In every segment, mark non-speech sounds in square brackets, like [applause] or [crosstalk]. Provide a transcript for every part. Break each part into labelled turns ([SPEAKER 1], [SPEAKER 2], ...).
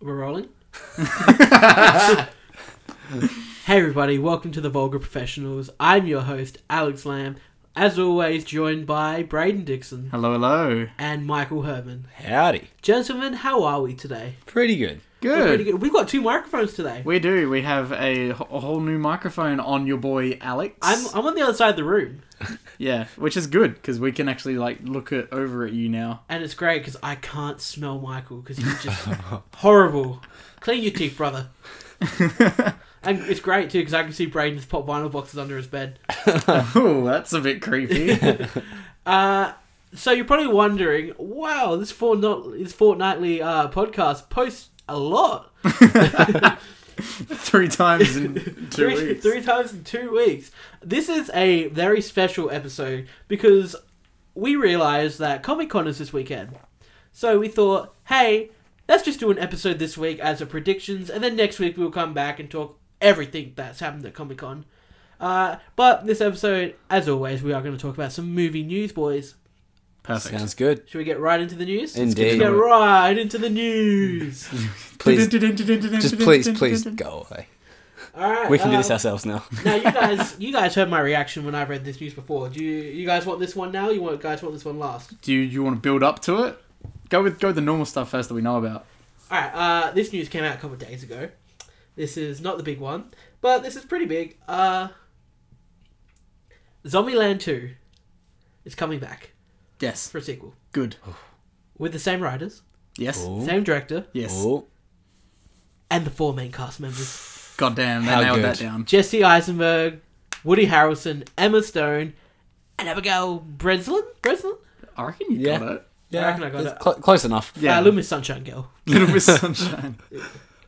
[SPEAKER 1] We're rolling. hey everybody, welcome to the Vulgar Professionals. I'm your host, Alex Lamb, as always joined by Braden Dixon
[SPEAKER 2] Hello, hello.
[SPEAKER 1] and Michael Herman.
[SPEAKER 3] Howdy.
[SPEAKER 1] Gentlemen, how are we today?
[SPEAKER 3] Pretty good.
[SPEAKER 1] We're
[SPEAKER 2] Good.
[SPEAKER 1] pretty good. We've got two microphones today.
[SPEAKER 2] We do. We have a, wh- a whole new microphone on your boy Alex.
[SPEAKER 1] I'm, I'm on the other side of the room,
[SPEAKER 2] yeah, which is good because we can actually like look at, over at you now. [laughs]
[SPEAKER 1] and it's great because I can't smell Michael because he's just horrible. Clean your teeth, brother. and it's great too because I can see Braden's pop vinyl boxes under his bed.
[SPEAKER 2] oh, that's a
[SPEAKER 1] [laughs]
[SPEAKER 2] bit creepy.
[SPEAKER 1] Uh, so you're probably wondering, wow, this fortnight this fortnightly uh, podcast posts a lot,
[SPEAKER 2] Three
[SPEAKER 1] [laughs]
[SPEAKER 2] times in two
[SPEAKER 1] three,
[SPEAKER 2] weeks.
[SPEAKER 1] three times in two weeks. This is a very special episode because we realised that Comic Con is this weekend, so we thought, hey, let's just do an episode this week as a predictions, and then next week we'll come back and talk everything that's happened at Comic Con. Uh, but this episode, as always, we are going to talk about some movie news, boys.
[SPEAKER 2] Perfect.
[SPEAKER 3] Sounds good.
[SPEAKER 1] Should we get right into the news? Let's
[SPEAKER 3] Indeed.
[SPEAKER 1] get right into
[SPEAKER 3] [laughs]
[SPEAKER 1] the news.
[SPEAKER 3] Please, just please, please go away.
[SPEAKER 1] All right.
[SPEAKER 3] We can do
[SPEAKER 1] uh,
[SPEAKER 3] this ourselves now.
[SPEAKER 1] [laughs] now, you guys, you guys heard my reaction when I read this news before. Do you, you guys want this one now? You want guys want this one last?
[SPEAKER 2] Do you, you want to build up to it? Go with go with the normal stuff first that we know about.
[SPEAKER 1] All right. Uh, this news came out a couple of days ago. This is not the big one, but this is pretty big. Uh, Zombieland Two is coming back
[SPEAKER 2] Yes.
[SPEAKER 1] for a sequel
[SPEAKER 2] Good.
[SPEAKER 1] with the same writers,
[SPEAKER 2] Yes.
[SPEAKER 3] Oh.
[SPEAKER 1] same director,
[SPEAKER 2] Yes.
[SPEAKER 3] Oh,
[SPEAKER 1] and the four main cast members.
[SPEAKER 2] God damn, they
[SPEAKER 3] How
[SPEAKER 2] nailed
[SPEAKER 3] good.
[SPEAKER 2] that down.
[SPEAKER 1] Jesse Eisenberg, Woody Harrelson, Emma Stone, and Abigail Breslin. Breslin? Uh,
[SPEAKER 2] I reckon you
[SPEAKER 3] Yeah.
[SPEAKER 2] got it. [laughs]
[SPEAKER 1] I reckon I got
[SPEAKER 3] it's
[SPEAKER 1] it.
[SPEAKER 3] clo- close enough.
[SPEAKER 2] Yeah.
[SPEAKER 1] Uh, Loomis Sunshine Girl.
[SPEAKER 2] Little bit sunshine.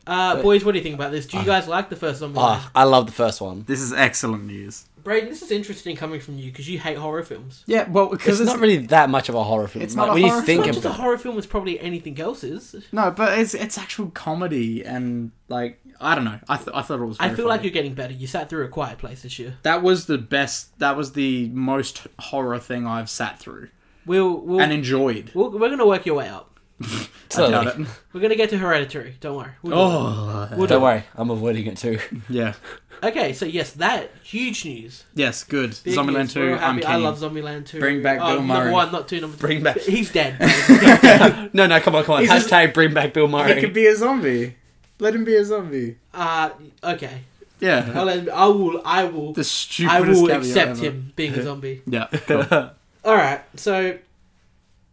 [SPEAKER 1] Uh, boys, what do you think about this? Do you guys like the first zombie?
[SPEAKER 3] Ah, I love the first one.
[SPEAKER 2] This is excellent news.
[SPEAKER 1] Braden, this is interesting coming from you because you hate horror films.
[SPEAKER 2] Yeah, well,
[SPEAKER 3] It's
[SPEAKER 2] because
[SPEAKER 3] not really that much of a horror film.
[SPEAKER 2] It's
[SPEAKER 3] Like,
[SPEAKER 2] not a
[SPEAKER 3] when
[SPEAKER 2] horror
[SPEAKER 3] you
[SPEAKER 1] It's
[SPEAKER 3] think
[SPEAKER 2] film.
[SPEAKER 1] not
[SPEAKER 3] of
[SPEAKER 1] just a horror film as probably anything else is.
[SPEAKER 2] No, but it's it's actual comedy and like I don't know. I, th- I thought it was.
[SPEAKER 1] I
[SPEAKER 2] Very
[SPEAKER 1] feel
[SPEAKER 2] funny.
[SPEAKER 1] like you're getting better. You sat through a quiet place this year.
[SPEAKER 2] That was the best. That was the most horror thing I've sat through
[SPEAKER 1] We'll, we'll,
[SPEAKER 2] and enjoyed.
[SPEAKER 1] we'll we're gonna work your way up.
[SPEAKER 2] I doubt
[SPEAKER 3] Slowly.
[SPEAKER 2] it.
[SPEAKER 1] We're gonna get to Hereditary. Don't worry. We'll do it.
[SPEAKER 2] Oh,
[SPEAKER 1] We'll do
[SPEAKER 3] Don't
[SPEAKER 1] it.
[SPEAKER 3] worry, I'm avoiding it too.
[SPEAKER 2] yeah.
[SPEAKER 1] Okay, so yes, that huge news.
[SPEAKER 2] Yes, good.
[SPEAKER 1] Big news.
[SPEAKER 2] Zombieland
[SPEAKER 1] We're
[SPEAKER 2] two.
[SPEAKER 1] all
[SPEAKER 2] I'm
[SPEAKER 1] happy.
[SPEAKER 2] keen.
[SPEAKER 1] I love Zombieland 2.
[SPEAKER 2] Bring back
[SPEAKER 1] oh,
[SPEAKER 2] Bill
[SPEAKER 1] Number
[SPEAKER 2] Murray.
[SPEAKER 1] one, not two, number two.
[SPEAKER 3] Bring back-
[SPEAKER 1] He's dead.
[SPEAKER 2] [laughs]
[SPEAKER 3] no, no, come on, come on.
[SPEAKER 2] He's just-
[SPEAKER 3] Hashtag bring back Bill Murray.
[SPEAKER 2] be a zombie. Let him be a zombie.
[SPEAKER 1] uh,
[SPEAKER 2] [laughs]
[SPEAKER 1] okay. I'll
[SPEAKER 2] Yeah.
[SPEAKER 1] let him- I will. I will.
[SPEAKER 2] The
[SPEAKER 1] I
[SPEAKER 2] stupidest.
[SPEAKER 1] will
[SPEAKER 2] caveat
[SPEAKER 1] accept
[SPEAKER 2] ever.
[SPEAKER 1] him being
[SPEAKER 2] [laughs]
[SPEAKER 1] a zombie.
[SPEAKER 2] Yeah. cool.
[SPEAKER 1] All right. So,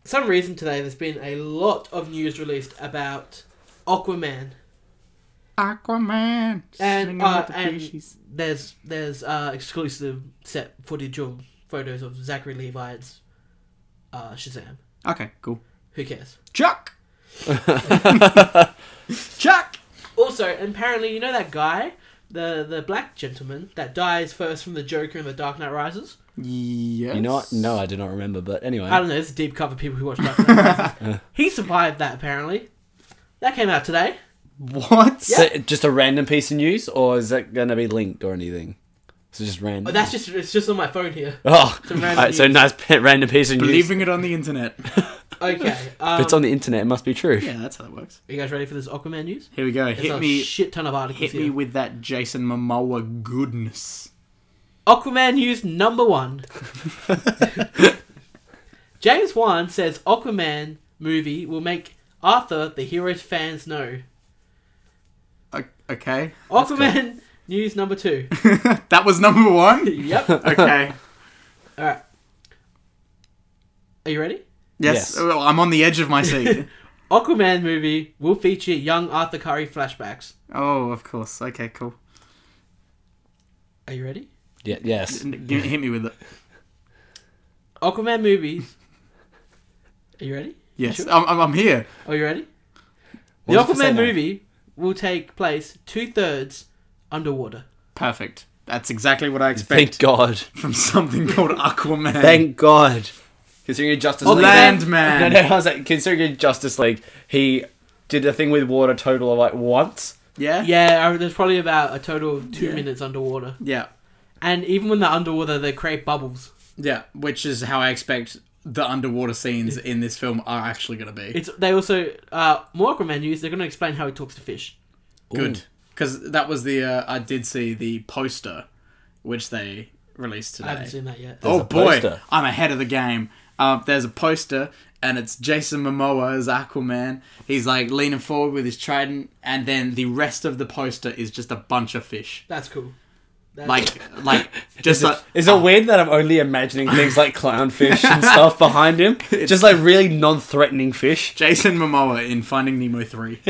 [SPEAKER 1] some reason today there's been a lot of news released about Aquaman,
[SPEAKER 2] Aquaman.
[SPEAKER 1] and
[SPEAKER 2] Singing
[SPEAKER 1] uh,
[SPEAKER 2] with the
[SPEAKER 1] and
[SPEAKER 2] fishies.
[SPEAKER 1] there's there's uh exclusive set footage or photos of Zachary Levi's uh Shazam.
[SPEAKER 2] Okay. Cool.
[SPEAKER 1] Who cares?
[SPEAKER 2] [laughs] Chuck. Chuck.
[SPEAKER 1] Also, apparently, you know that guy, the the black gentleman that dies first from the Joker in The Dark Knight Rises.
[SPEAKER 3] [laughs]
[SPEAKER 2] Yes.
[SPEAKER 3] You know what? No, I do not remember. But anyway,
[SPEAKER 1] I don't know. This is deep cover people who watch Dark Knight Rises.
[SPEAKER 2] [laughs]
[SPEAKER 1] he survived that apparently. That came out today.
[SPEAKER 2] What?
[SPEAKER 3] So, just a random piece of news, or is that going to be linked or anything? So just random.
[SPEAKER 1] Oh, that's just it's just on my phone here.
[SPEAKER 3] [laughs] Oh,
[SPEAKER 1] a random
[SPEAKER 3] alright, so
[SPEAKER 1] news.
[SPEAKER 3] nice [laughs] pe- random piece of news.
[SPEAKER 2] Believing it on the internet.
[SPEAKER 1] Okay.
[SPEAKER 3] If
[SPEAKER 1] Um,
[SPEAKER 3] it's on the internet, it must be true.
[SPEAKER 2] [laughs] yeah, that's how that works.
[SPEAKER 1] Are you guys ready for this Aquaman news?
[SPEAKER 2] Here we go.
[SPEAKER 1] There's
[SPEAKER 2] hit
[SPEAKER 1] a
[SPEAKER 2] me,
[SPEAKER 1] shit ton of articles
[SPEAKER 2] hit
[SPEAKER 1] here.
[SPEAKER 2] me with that Jason Momoa goodness.
[SPEAKER 1] Aquaman news number
[SPEAKER 2] [laughs]
[SPEAKER 1] one. James Wan says Aquaman movie will make Arthur the hero's fans know.
[SPEAKER 2] O- okay, [laughs]
[SPEAKER 1] Aquaman [laughs] news number two.
[SPEAKER 2] that was number [laughs] one.
[SPEAKER 1] yep. All
[SPEAKER 2] Okay.
[SPEAKER 1] right. Are you ready?
[SPEAKER 2] Yes.
[SPEAKER 3] Yes.
[SPEAKER 2] Well, I'm on the edge [laughs] of my seat.
[SPEAKER 1] Aquaman movie will feature young Arthur Curry flashbacks.
[SPEAKER 2] oh, of course. Okay, cool.
[SPEAKER 1] Are you ready?
[SPEAKER 3] Yeah, yes.
[SPEAKER 2] N- g- hit me with it.
[SPEAKER 1] Aquaman
[SPEAKER 2] [laughs]
[SPEAKER 1] movies. Are you ready?
[SPEAKER 2] Yes, I'm, I'm, I'm here.
[SPEAKER 1] Are you ready? The
[SPEAKER 3] What was the
[SPEAKER 1] Aquaman
[SPEAKER 3] second one?
[SPEAKER 1] movie will take place two thirds underwater.
[SPEAKER 2] Perfect. That's exactly what I
[SPEAKER 3] Thank
[SPEAKER 2] expect
[SPEAKER 3] God.
[SPEAKER 2] from something called Aquaman.
[SPEAKER 3] Thank God. Considering in Justice
[SPEAKER 1] Oh,
[SPEAKER 3] League. No,
[SPEAKER 2] Landman.
[SPEAKER 3] no, I was like, considering in Justice League, he did a thing with water total of like once.
[SPEAKER 2] Yeah.
[SPEAKER 1] Yeah, I- there's probably about a total of two
[SPEAKER 2] Yeah.
[SPEAKER 1] minutes underwater.
[SPEAKER 2] Yeah.
[SPEAKER 1] And even when they're underwater, they create bubbles.
[SPEAKER 2] Yeah. Which is how I expect the underwater scenes in this film are actually going to be
[SPEAKER 1] It's they also uh, more Aquaman news. They're going to explain how he talks to fish.
[SPEAKER 2] good because that was the uh, I did see the poster which they released today.
[SPEAKER 1] I haven't seen that yet.
[SPEAKER 2] oh
[SPEAKER 3] a
[SPEAKER 2] boy,
[SPEAKER 3] poster.
[SPEAKER 2] I'm ahead of the game. Um, there's a poster, and it's Jason Momoa as Aquaman. He's like leaning forward with his trident, and then the rest of the poster is just a bunch of fish.
[SPEAKER 1] That's cool. That's
[SPEAKER 2] Like, like [laughs] just like
[SPEAKER 3] Is it weird that I'm only imagining things like clownfish [laughs] and stuff behind him? Just like really non-threatening fish.
[SPEAKER 2] Jason Momoa in Finding Nemo three. [laughs]
[SPEAKER 3] [laughs]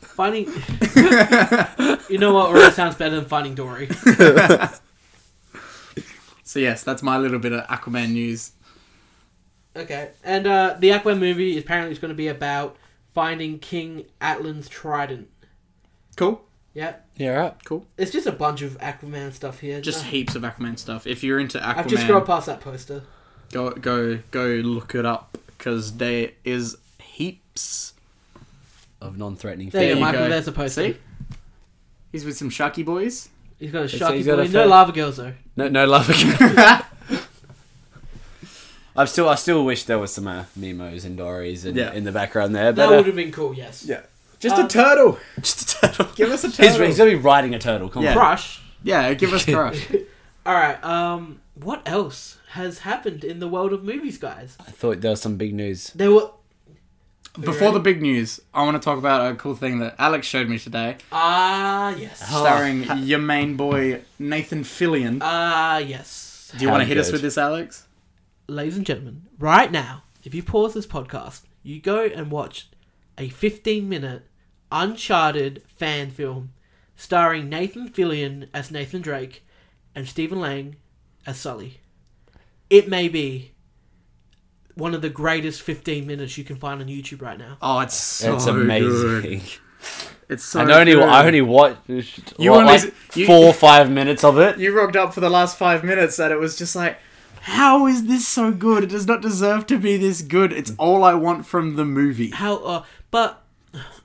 [SPEAKER 1] finding. you know what? Already sounds better than finding Dory.
[SPEAKER 2] so yes, that's my little bit of Aquaman news.
[SPEAKER 1] Okay, and uh, the Aquaman movie apparently is going to be about finding King Atlan's trident.
[SPEAKER 2] Cool,
[SPEAKER 1] Yep,
[SPEAKER 3] Yeah, right.
[SPEAKER 2] cool.
[SPEAKER 1] it's just a bunch of Aquaman stuff here.
[SPEAKER 2] Just
[SPEAKER 1] Uh,
[SPEAKER 2] heaps of Aquaman stuff. If you're into Aquaman,
[SPEAKER 1] I've just scrolled past that poster.
[SPEAKER 2] go go go look it up because there is heaps.
[SPEAKER 3] Of non-threatening
[SPEAKER 1] There,
[SPEAKER 2] There
[SPEAKER 1] you go,
[SPEAKER 2] you
[SPEAKER 3] fish.
[SPEAKER 1] Michael.
[SPEAKER 2] go.
[SPEAKER 1] There's a poster.
[SPEAKER 2] See? He's with some Sharky boys.
[SPEAKER 1] He's got a
[SPEAKER 3] say
[SPEAKER 1] sharky
[SPEAKER 3] he's got
[SPEAKER 1] boy.
[SPEAKER 3] a
[SPEAKER 1] No
[SPEAKER 3] fa-
[SPEAKER 1] lava girls though.
[SPEAKER 3] No, no love again. [laughs] I'm still, I still wish there was some uh, Mimos and Dories in,
[SPEAKER 2] Yeah.
[SPEAKER 3] in the background there,
[SPEAKER 1] That
[SPEAKER 3] but
[SPEAKER 1] would
[SPEAKER 3] uh,
[SPEAKER 1] have been cool. Yes.
[SPEAKER 3] yeah, just
[SPEAKER 1] Um,
[SPEAKER 3] a turtle. Just a [laughs] turtle.
[SPEAKER 2] Give us a
[SPEAKER 3] Uh, He's,
[SPEAKER 2] turtle.
[SPEAKER 3] he's gonna be riding a turtle. Come
[SPEAKER 2] Yeah.
[SPEAKER 3] on.
[SPEAKER 1] Crush.
[SPEAKER 2] Yeah,
[SPEAKER 3] [laughs]
[SPEAKER 2] give us crush.
[SPEAKER 1] All right. Um, what else has happened in the world of movies, guys?
[SPEAKER 3] I thought there was some big news.
[SPEAKER 1] There were
[SPEAKER 2] Before the big news, I want to talk about a cool thing that Alex showed me today,
[SPEAKER 1] ah yes,
[SPEAKER 3] Oh.
[SPEAKER 2] starring your main boy Nathan Fillion.
[SPEAKER 1] ah yes.
[SPEAKER 2] Do you want to
[SPEAKER 3] How
[SPEAKER 2] hit us
[SPEAKER 3] good.
[SPEAKER 2] with this, Alex?
[SPEAKER 1] Ladies and gentlemen, right now, if you pause this podcast, you go and watch a 15-minute Uncharted fan film starring Nathan Fillion as Nathan Drake and Stephen Lang as Sully. It may be one of the greatest 15 minutes you can find on YouTube right now.
[SPEAKER 2] Oh, it's so
[SPEAKER 3] it's amazing.
[SPEAKER 2] good. It's so.
[SPEAKER 3] and I only,
[SPEAKER 2] good.
[SPEAKER 3] I only watched
[SPEAKER 2] You
[SPEAKER 3] what,
[SPEAKER 2] only
[SPEAKER 3] like
[SPEAKER 2] s- you-
[SPEAKER 3] four or five minutes of
[SPEAKER 2] [laughs]
[SPEAKER 3] it.
[SPEAKER 2] You rocked up for the last five minutes, and it was just like, how is this so good? It does not deserve to be this good. It's all I want from the movie.
[SPEAKER 1] how uh, but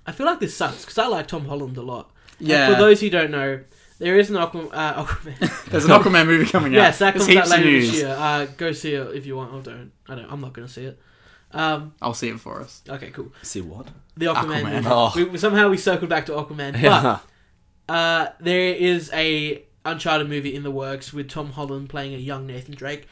[SPEAKER 1] I feel like this sucks because I like Tom Holland a lot. And
[SPEAKER 2] Yeah.
[SPEAKER 1] for those who don't know, there is an Aquaman. Uh, [laughs] Aquaman.
[SPEAKER 2] [laughs] There's an Aquaman movie coming out.
[SPEAKER 1] yes, that
[SPEAKER 2] There's
[SPEAKER 1] comes out
[SPEAKER 2] heaps of
[SPEAKER 1] later this
[SPEAKER 2] news.
[SPEAKER 1] year. Uh, go see it if you want. I don't. I don't. I'm not going to see it. Um,
[SPEAKER 2] I'll see it for us.
[SPEAKER 1] okay, cool.
[SPEAKER 3] See what?
[SPEAKER 1] The Aquaman.
[SPEAKER 2] Aquaman.
[SPEAKER 1] movie.
[SPEAKER 3] Oh.
[SPEAKER 1] We, we- somehow we circled back to
[SPEAKER 2] [laughs]
[SPEAKER 1] Aquaman,
[SPEAKER 3] Yeah.
[SPEAKER 1] but uh, there is a Uncharted movie in the works with Tom Holland playing a young Nathan Drake,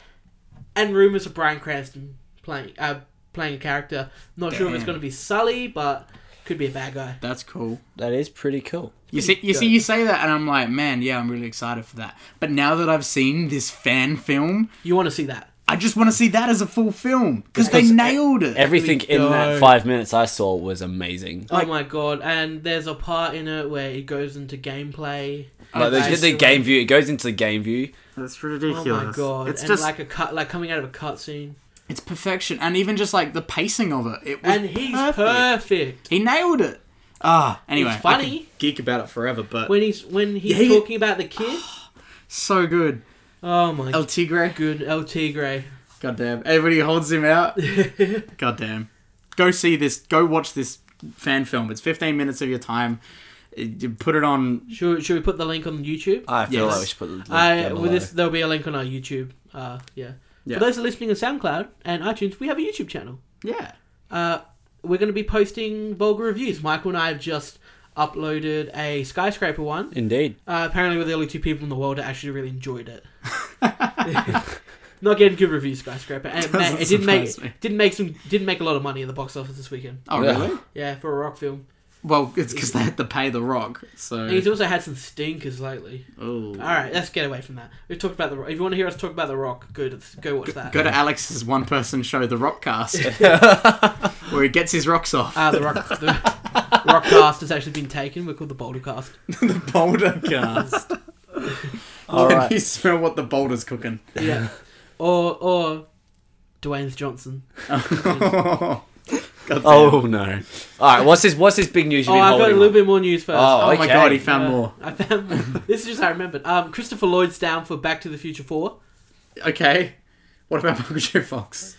[SPEAKER 1] and rumors of Brian Cranston playing uh, playing a character. Not sure if it's
[SPEAKER 2] Damn.
[SPEAKER 1] going to be Sully, but could be a bad guy.
[SPEAKER 2] That's cool.
[SPEAKER 3] [laughs] That is pretty cool.
[SPEAKER 2] You see, you see, you say that, and I'm like, man, yeah, I'm really excited for that. But now that I've seen this fan film,
[SPEAKER 1] You want to see that?
[SPEAKER 2] I just want to see that as a full film because they
[SPEAKER 3] Because e-
[SPEAKER 2] nailed it.
[SPEAKER 3] Everything in that
[SPEAKER 2] fight.
[SPEAKER 3] five minutes I saw was amazing.
[SPEAKER 1] oh my god! And there's a part in it where it goes into gameplay.
[SPEAKER 3] Like
[SPEAKER 1] I
[SPEAKER 3] the, the
[SPEAKER 1] still-
[SPEAKER 3] game view, it goes into the game view.
[SPEAKER 2] That's
[SPEAKER 1] Oh
[SPEAKER 2] ridiculous.
[SPEAKER 1] my god!
[SPEAKER 2] It's
[SPEAKER 1] and
[SPEAKER 2] just
[SPEAKER 1] like a cut, like coming out of a cutscene,
[SPEAKER 2] it's perfection, and even just like the pacing of it, it was
[SPEAKER 1] and he's perfect.
[SPEAKER 2] perfect. He nailed it. Ah, anyway,
[SPEAKER 1] It's funny.
[SPEAKER 2] I could geek about it forever, but
[SPEAKER 1] When he's when he's
[SPEAKER 2] Yeah, he-
[SPEAKER 1] talking about the
[SPEAKER 2] [sighs]
[SPEAKER 1] kid.
[SPEAKER 2] so good.
[SPEAKER 1] Oh my
[SPEAKER 2] El Tigre,
[SPEAKER 1] good LT Grey.
[SPEAKER 2] goddamn. Everybody holds
[SPEAKER 1] [laughs]
[SPEAKER 2] him out. goddamn. Go see this. Go watch this fan film. It's 15 minutes of your time. It- you Put it on.
[SPEAKER 1] Should should we put the link on YouTube?
[SPEAKER 3] I feel
[SPEAKER 2] Yes.
[SPEAKER 3] like we should put the link
[SPEAKER 1] I
[SPEAKER 3] down
[SPEAKER 1] with
[SPEAKER 3] below.
[SPEAKER 1] this there'll be a link on our YouTube. Uh, yeah.
[SPEAKER 2] Yeah.
[SPEAKER 1] For those who are listening on SoundCloud and iTunes, we have a YouTube channel.
[SPEAKER 2] Yeah.
[SPEAKER 1] Uh, we're going to be posting vulgar reviews. Michael and I have just uploaded a skyscraper one.
[SPEAKER 3] Indeed. [laughs]
[SPEAKER 1] Uh, apparently, we're the only two people in the world that actually really enjoyed
[SPEAKER 2] [laughs]
[SPEAKER 1] it. Not getting good reviews, skyscraper. And it, ma-
[SPEAKER 2] Doesn't
[SPEAKER 1] it didn't make
[SPEAKER 2] surprise me.
[SPEAKER 1] didn't make some didn't make a lot of money at the box office this weekend.
[SPEAKER 2] Oh,
[SPEAKER 3] Yeah.
[SPEAKER 2] really?
[SPEAKER 1] Yeah, for a rock film.
[SPEAKER 2] Well, it's because they had to pay The Rock. So.
[SPEAKER 1] And he's also had some stinkers lately.
[SPEAKER 2] Ooh.
[SPEAKER 1] All right, let's get away from that. We've talked about the. Rock. If you want to hear us talk about the Rock, good. let's Go watch that.
[SPEAKER 2] Go to Alex's one person show, The Rockcast, where he gets his rocks off.
[SPEAKER 1] Uh, the
[SPEAKER 2] [laughs]
[SPEAKER 1] Rock. The Rock cast has actually been taken. We're called the Boulder cast.
[SPEAKER 2] the Bouldercast.
[SPEAKER 3] [laughs] [laughs] All
[SPEAKER 2] Can
[SPEAKER 3] right.
[SPEAKER 2] [laughs] you smell what the boulder's cooking? [laughs]
[SPEAKER 1] Yeah. or or Dwayne's Johnson.
[SPEAKER 2] Goddamn.
[SPEAKER 3] Oh no. All right. What's this? What's this big news you've
[SPEAKER 1] Oh,
[SPEAKER 3] been
[SPEAKER 1] I've got a
[SPEAKER 3] holding?
[SPEAKER 1] little
[SPEAKER 3] on?
[SPEAKER 1] bit more news first.
[SPEAKER 3] Oh,
[SPEAKER 2] Oh my
[SPEAKER 3] Okay.
[SPEAKER 2] god, he found
[SPEAKER 1] Uh,
[SPEAKER 2] more.
[SPEAKER 1] I found
[SPEAKER 2] [laughs]
[SPEAKER 1] more. this is just how I remembered. Um, Christopher Lloyd's down for Back to the Future Four.
[SPEAKER 2] Okay. What about [laughs] Michael J. Fox?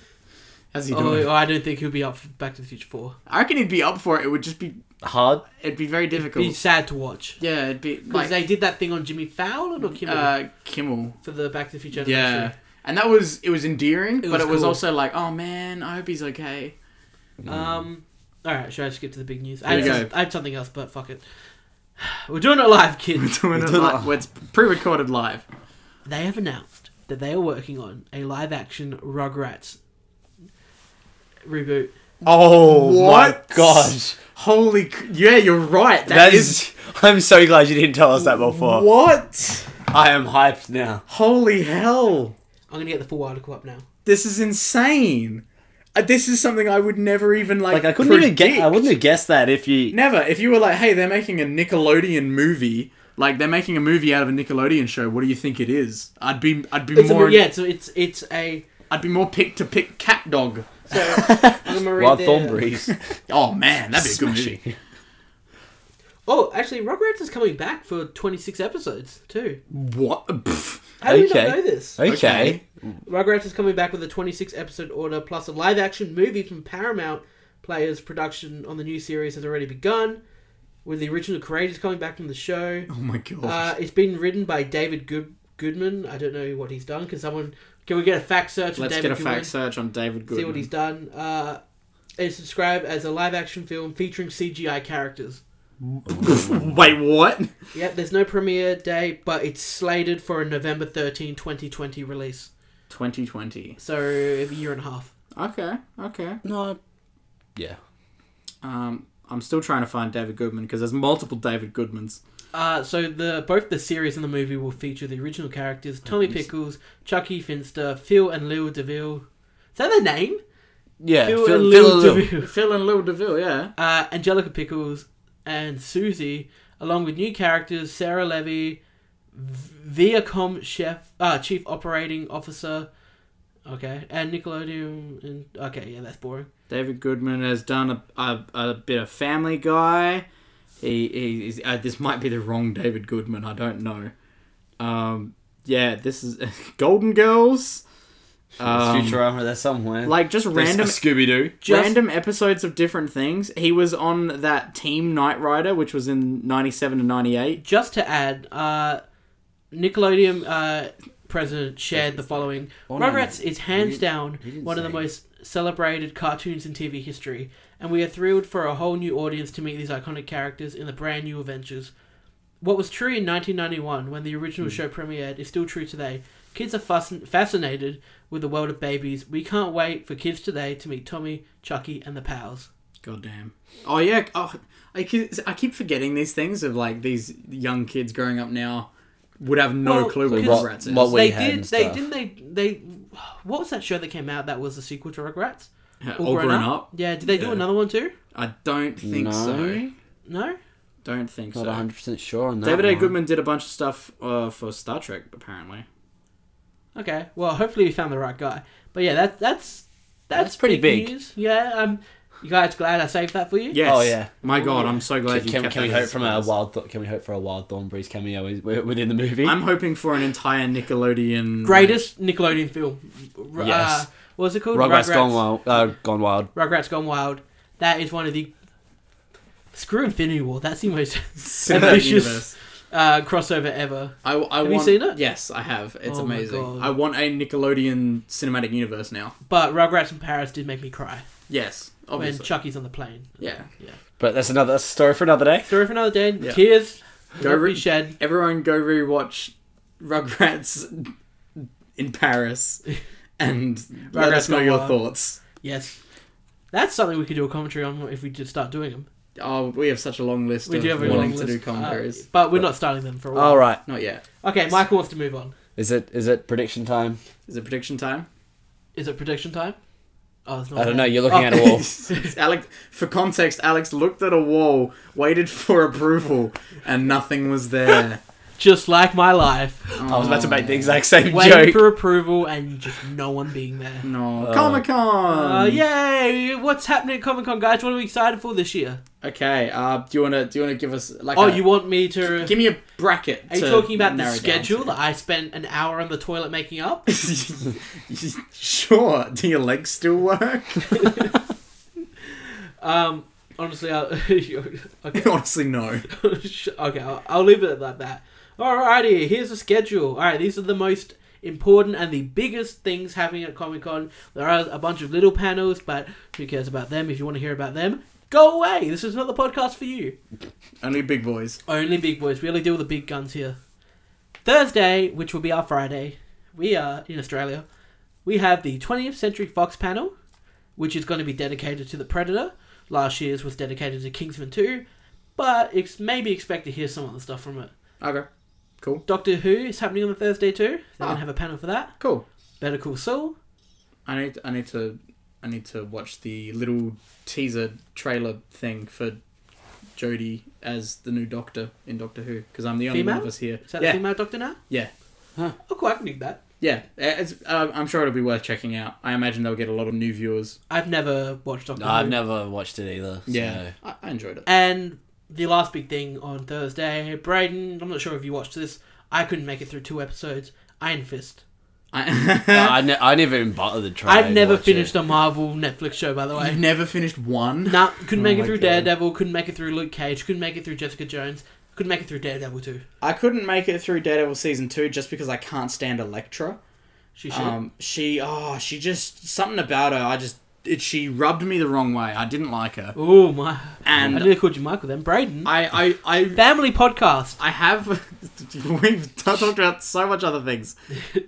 [SPEAKER 2] How's he
[SPEAKER 1] Oh,
[SPEAKER 2] doing?
[SPEAKER 1] oh, I don't think he'll be up for Back to the Future Four.
[SPEAKER 2] I reckon he'd be up for it. It would just be.
[SPEAKER 3] Hard.
[SPEAKER 2] It'd be very difficult.
[SPEAKER 1] Be sad to watch
[SPEAKER 2] yeah, it'd be
[SPEAKER 1] because
[SPEAKER 2] like
[SPEAKER 1] they did that thing on Jimmy Fallon or Kimmel
[SPEAKER 2] uh, Kimmel.
[SPEAKER 1] for the Back to the Future.
[SPEAKER 2] Yeah,
[SPEAKER 1] anniversary.
[SPEAKER 2] and that was it was endearing, but
[SPEAKER 1] was
[SPEAKER 2] it was
[SPEAKER 1] cool.
[SPEAKER 2] also like, oh man, I hope he's okay.
[SPEAKER 1] Um, all right, should I skip to the big news? I
[SPEAKER 2] There
[SPEAKER 1] had,
[SPEAKER 2] you
[SPEAKER 1] some-
[SPEAKER 2] go.
[SPEAKER 1] I had something else, but fuck it. [sighs] We're doing it live, kids.
[SPEAKER 2] [laughs] Doing it live. It's pre-recorded live.
[SPEAKER 1] they have announced that they are working on a live-action Rugrats reboot.
[SPEAKER 3] Oh my gosh.
[SPEAKER 2] Holy! c- Yeah, you're right.
[SPEAKER 3] that is, [laughs] I'm so glad you didn't tell us that before.
[SPEAKER 2] what?
[SPEAKER 3] I am hyped now.
[SPEAKER 2] Holy hell!
[SPEAKER 1] I'm gonna get the full article up now.
[SPEAKER 2] This is insane. Uh, This is something I would never even like.
[SPEAKER 3] Like I couldn't even get. I
[SPEAKER 2] predict.
[SPEAKER 3] wouldn't have guessed that if you.
[SPEAKER 2] Never. If you were like, hey, they're making a Nickelodeon movie, like they're making a movie out of a Nickelodeon show. What do you think it is? I'd be, I'd be
[SPEAKER 1] It's
[SPEAKER 2] more,
[SPEAKER 1] a, yeah, so it's it's a.
[SPEAKER 2] I'd be more pick to pick Cat Dog.
[SPEAKER 1] So I'm gonna read
[SPEAKER 3] Wild
[SPEAKER 1] their-
[SPEAKER 3] Thornberries.
[SPEAKER 2] Oh man, that'd be a good
[SPEAKER 3] Smashing.
[SPEAKER 2] movie.
[SPEAKER 1] Oh, actually, Rugrats is coming back for 26 episodes too.
[SPEAKER 2] What? [laughs] Pfft.
[SPEAKER 1] How do you not
[SPEAKER 3] Okay.
[SPEAKER 1] know this?
[SPEAKER 3] Okay.
[SPEAKER 2] Okay.
[SPEAKER 1] Rugrats is coming back with a 26 episode order plus a live action movie from Paramount. Players production on the new series has already begun, with the original creators coming back from the show.
[SPEAKER 2] Oh my god.
[SPEAKER 1] Uh, it's been written by David Good- Goodman. I don't know what he's done. Can someone can we get a fact search? of
[SPEAKER 2] Let's
[SPEAKER 1] David
[SPEAKER 2] get a
[SPEAKER 1] Goodman?
[SPEAKER 2] fact search on David Goodman.
[SPEAKER 1] See what he's done. Uh, it's described as a live action film featuring CGI characters.
[SPEAKER 2] Wait, what?
[SPEAKER 1] Yep, there's no premiere day, but it's slated for a November 13, 2020 release.
[SPEAKER 2] 2020.
[SPEAKER 1] So a year and a half.
[SPEAKER 2] Okay, okay.
[SPEAKER 3] No. Yeah.
[SPEAKER 2] Um, I'm still trying to find David Goodman because there's multiple David Goodmans.
[SPEAKER 1] Uh, so the both the series and the movie will feature the original characters Tommy Pickles, Chucky Finster, Phil and Lil Deville. Is that their name?
[SPEAKER 3] Yeah.
[SPEAKER 1] Phil,
[SPEAKER 3] Phil-
[SPEAKER 1] and
[SPEAKER 3] Phil
[SPEAKER 1] Lil
[SPEAKER 3] Lil-
[SPEAKER 1] Deville. [laughs]
[SPEAKER 2] Phil and Lil Deville, yeah.
[SPEAKER 1] Uh, Angelica Pickles and Susie, along with new characters Sarah Levy, v- Viacom chef, uh, chief operating officer. Okay, and Nickelodeon. And okay, yeah, that's boring.
[SPEAKER 2] David Goodman has done a, a, a bit of Family Guy. He, he is, uh, this might be the wrong David Goodman. I don't know. Um, yeah, this is [laughs] Golden Girls. Um,
[SPEAKER 3] Futurama, they're somewhere.
[SPEAKER 2] Like just random
[SPEAKER 3] Scooby Doo.
[SPEAKER 1] Just-
[SPEAKER 2] random episodes of different things. He was on that Team Knight Rider, which was in '97 to '98.
[SPEAKER 1] Just to add, uh, Nickelodeon uh, president shared the following:
[SPEAKER 3] Oh, no,
[SPEAKER 1] "Rugrats is hands down
[SPEAKER 3] you didn't
[SPEAKER 1] one of the
[SPEAKER 3] say.
[SPEAKER 1] most celebrated cartoons in TV history, and we are thrilled for a whole new audience to meet these iconic characters in the brand new adventures." What was true in 1991 when the original
[SPEAKER 3] Hmm.
[SPEAKER 1] show premiered is still true today. Kids are fascin- fascinated with the world of babies. We can't wait for kids today to meet Tommy, Chucky, and the pals.
[SPEAKER 2] Goddamn. Oh yeah. Oh, I keep, I keep forgetting these things of like these young kids growing up now would have no
[SPEAKER 1] Well,
[SPEAKER 2] clue what
[SPEAKER 1] because-
[SPEAKER 2] Rugrats is.
[SPEAKER 3] what we
[SPEAKER 1] they
[SPEAKER 3] had
[SPEAKER 1] did.
[SPEAKER 3] and
[SPEAKER 1] They
[SPEAKER 3] stuff.
[SPEAKER 1] didn't. They they. What was that show that came out that was the sequel to Rugrats?
[SPEAKER 2] Yeah, all grown up.
[SPEAKER 1] Yeah. Did they do
[SPEAKER 2] Yeah.
[SPEAKER 1] another one too?
[SPEAKER 2] I don't think
[SPEAKER 3] No.
[SPEAKER 2] so.
[SPEAKER 1] No.
[SPEAKER 2] Don't think
[SPEAKER 3] Not
[SPEAKER 2] so.
[SPEAKER 3] 100 percent sure on that.
[SPEAKER 2] David A.
[SPEAKER 3] one.
[SPEAKER 2] Goodman did a bunch of stuff uh, for Star Trek, apparently.
[SPEAKER 1] Oh, Okay. Well, hopefully we found the right guy. But yeah, that's that's that's,
[SPEAKER 3] That's pretty big.
[SPEAKER 1] news. Yeah. Um. You guys glad I saved that for you?
[SPEAKER 2] Yes.
[SPEAKER 3] Oh, yeah.
[SPEAKER 2] My God, I'm so glad
[SPEAKER 3] Can,
[SPEAKER 2] you
[SPEAKER 3] can,
[SPEAKER 2] kept
[SPEAKER 3] can we
[SPEAKER 2] that
[SPEAKER 3] hope
[SPEAKER 2] as
[SPEAKER 3] from
[SPEAKER 2] a
[SPEAKER 3] a
[SPEAKER 2] surprise.
[SPEAKER 3] wild? Th- can we hope for a wild Thornberries cameo is- wi- within the movie?
[SPEAKER 2] I'm hoping for an entire Nickelodeon.
[SPEAKER 1] Greatest Nickelodeon film. R-
[SPEAKER 3] Yes.
[SPEAKER 1] Uh, what was it called?
[SPEAKER 3] Rugrats gone wild. Uh, gone wild.
[SPEAKER 1] Rugrats Gone Wild. That is one of the. Screw Infinity War. That's the most [laughs]
[SPEAKER 2] cinematic
[SPEAKER 1] ambitious-
[SPEAKER 2] universe.
[SPEAKER 1] uh, crossover ever.
[SPEAKER 2] I, I
[SPEAKER 1] Have you
[SPEAKER 2] want,
[SPEAKER 1] seen it?
[SPEAKER 2] Yes, I have. It's
[SPEAKER 1] Oh my
[SPEAKER 2] amazing.
[SPEAKER 1] God.
[SPEAKER 2] I want a Nickelodeon cinematic universe now.
[SPEAKER 1] But Rugrats in Paris did make me cry
[SPEAKER 2] Yes,
[SPEAKER 1] when
[SPEAKER 2] obviously.
[SPEAKER 1] Chucky's on the plane.
[SPEAKER 2] yeah.
[SPEAKER 3] But that's another that's a story for another day.
[SPEAKER 1] Story for another day.
[SPEAKER 2] Yeah.
[SPEAKER 1] Tears.
[SPEAKER 2] Go
[SPEAKER 1] Go be
[SPEAKER 2] re-
[SPEAKER 1] shed.
[SPEAKER 2] Everyone go rewatch Rugrats in Paris and let
[SPEAKER 1] Rugrats
[SPEAKER 2] us know
[SPEAKER 1] Gone
[SPEAKER 2] your
[SPEAKER 1] Wild.
[SPEAKER 2] thoughts.
[SPEAKER 1] Yes. That's something we could do a commentary on if we just start doing them.
[SPEAKER 2] Oh, we have such a long list
[SPEAKER 1] We
[SPEAKER 2] of
[SPEAKER 1] do have a long
[SPEAKER 2] wanting to
[SPEAKER 1] list,
[SPEAKER 2] do commentaries.
[SPEAKER 1] uh, but we're not starting them for a while.
[SPEAKER 3] All right.
[SPEAKER 2] Not yet.
[SPEAKER 1] Okay, Michael wants to move on.
[SPEAKER 3] Is it is it prediction time?
[SPEAKER 2] Is it prediction time?
[SPEAKER 1] Is it prediction time? Oh, it's not.
[SPEAKER 3] I don't know.
[SPEAKER 1] there.
[SPEAKER 3] You're looking [laughs]
[SPEAKER 1] Oh,
[SPEAKER 3] at a wall.
[SPEAKER 2] [laughs] Alex, for context, Alex looked at a wall, waited for approval, and nothing was there.
[SPEAKER 1] [laughs] Just like my
[SPEAKER 2] [laughs]
[SPEAKER 1] life,
[SPEAKER 3] I was about to
[SPEAKER 2] Um,
[SPEAKER 3] make the exact same
[SPEAKER 1] waiting
[SPEAKER 3] joke.
[SPEAKER 1] for approval and just no one being there.
[SPEAKER 2] Oh, No.
[SPEAKER 3] Uh,
[SPEAKER 2] Comic Con.
[SPEAKER 1] Uh, yay! What's happening at Comic Con, guys? What are we excited for this year?
[SPEAKER 2] Okay. Uh, do you wanna do you wanna give us like?
[SPEAKER 1] Oh,
[SPEAKER 2] a-
[SPEAKER 1] you want me to?
[SPEAKER 2] give me a bracket.
[SPEAKER 1] Are you
[SPEAKER 2] to
[SPEAKER 1] talking about the
[SPEAKER 2] narrow down
[SPEAKER 1] schedule
[SPEAKER 2] to.
[SPEAKER 1] that I spent an hour on the toilet making up?
[SPEAKER 2] [laughs] sure. Do your legs still work? [laughs]
[SPEAKER 1] Um, honestly, I [laughs] okay.
[SPEAKER 2] Honestly, no.
[SPEAKER 1] [laughs] okay, I'll, I'll leave it like that. Alrighty, here's the schedule. Alright, these are the most important and the biggest things happening at Comic Con. There are a bunch of little panels, but who cares about them? If you want to hear about them, go away. This is not the podcast for you.
[SPEAKER 2] Only big boys.
[SPEAKER 1] Only big boys. We only deal with the big guns here. Thursday, which will be our Friday, we are in Australia. We have the 20th Century Fox panel, which is going to be dedicated to the Predator. Last year's was dedicated to Kingsman 2, but it's maybe expect to hear some of the stuff from it.
[SPEAKER 2] Okay. Cool.
[SPEAKER 1] Doctor Who is happening on the Thursday too. They're
[SPEAKER 2] Ah.
[SPEAKER 1] gonna have a panel for that.
[SPEAKER 2] Cool.
[SPEAKER 1] Better Call Saul.
[SPEAKER 2] I need I need to I need to watch the little teaser trailer thing for Jodie as the new Doctor in Doctor Who because I'm the only one
[SPEAKER 1] Female?
[SPEAKER 2] of us here.
[SPEAKER 1] Is that
[SPEAKER 2] yeah,
[SPEAKER 1] the female Doctor now?
[SPEAKER 2] yeah,
[SPEAKER 1] Oh, cool. I can dig that.
[SPEAKER 2] yeah. It's, uh, I'm sure it'll be worth checking out. I imagine they'll get a lot of new viewers.
[SPEAKER 1] I've never watched Doctor
[SPEAKER 4] No,
[SPEAKER 1] Who.
[SPEAKER 4] I've never watched it either. so-
[SPEAKER 2] Yeah, I, I enjoyed it.
[SPEAKER 1] And the last big thing on Thursday, Brayden. I'm not sure if you watched this. I couldn't make it through two episodes. Iron Fist. [laughs]
[SPEAKER 4] No,
[SPEAKER 2] I, [laughs]
[SPEAKER 4] I, ne- I never even bothered to try.
[SPEAKER 1] I've
[SPEAKER 4] and
[SPEAKER 1] never
[SPEAKER 4] watch
[SPEAKER 1] finished
[SPEAKER 4] It.
[SPEAKER 1] a Marvel Netflix show, by the
[SPEAKER 2] I've
[SPEAKER 1] way.
[SPEAKER 2] never finished
[SPEAKER 1] [laughs]
[SPEAKER 2] one.
[SPEAKER 1] nah, couldn't
[SPEAKER 2] Oh
[SPEAKER 1] make it
[SPEAKER 2] my
[SPEAKER 1] through
[SPEAKER 2] God.
[SPEAKER 1] Daredevil. Couldn't make it through Luke Cage. Couldn't make it through Jessica Jones. Couldn't make it through Daredevil too.
[SPEAKER 2] I couldn't make it through Daredevil season two just because I can't stand Elektra.
[SPEAKER 1] She should.
[SPEAKER 2] Um, she oh she just something about her. I just it, she rubbed me the wrong way. I didn't like her.
[SPEAKER 1] oh my! I
[SPEAKER 2] And
[SPEAKER 1] nearly called you Michael then. Brayden.
[SPEAKER 2] I I I
[SPEAKER 1] Family podcast.
[SPEAKER 2] I have. [laughs] We've t- talked about so much other things.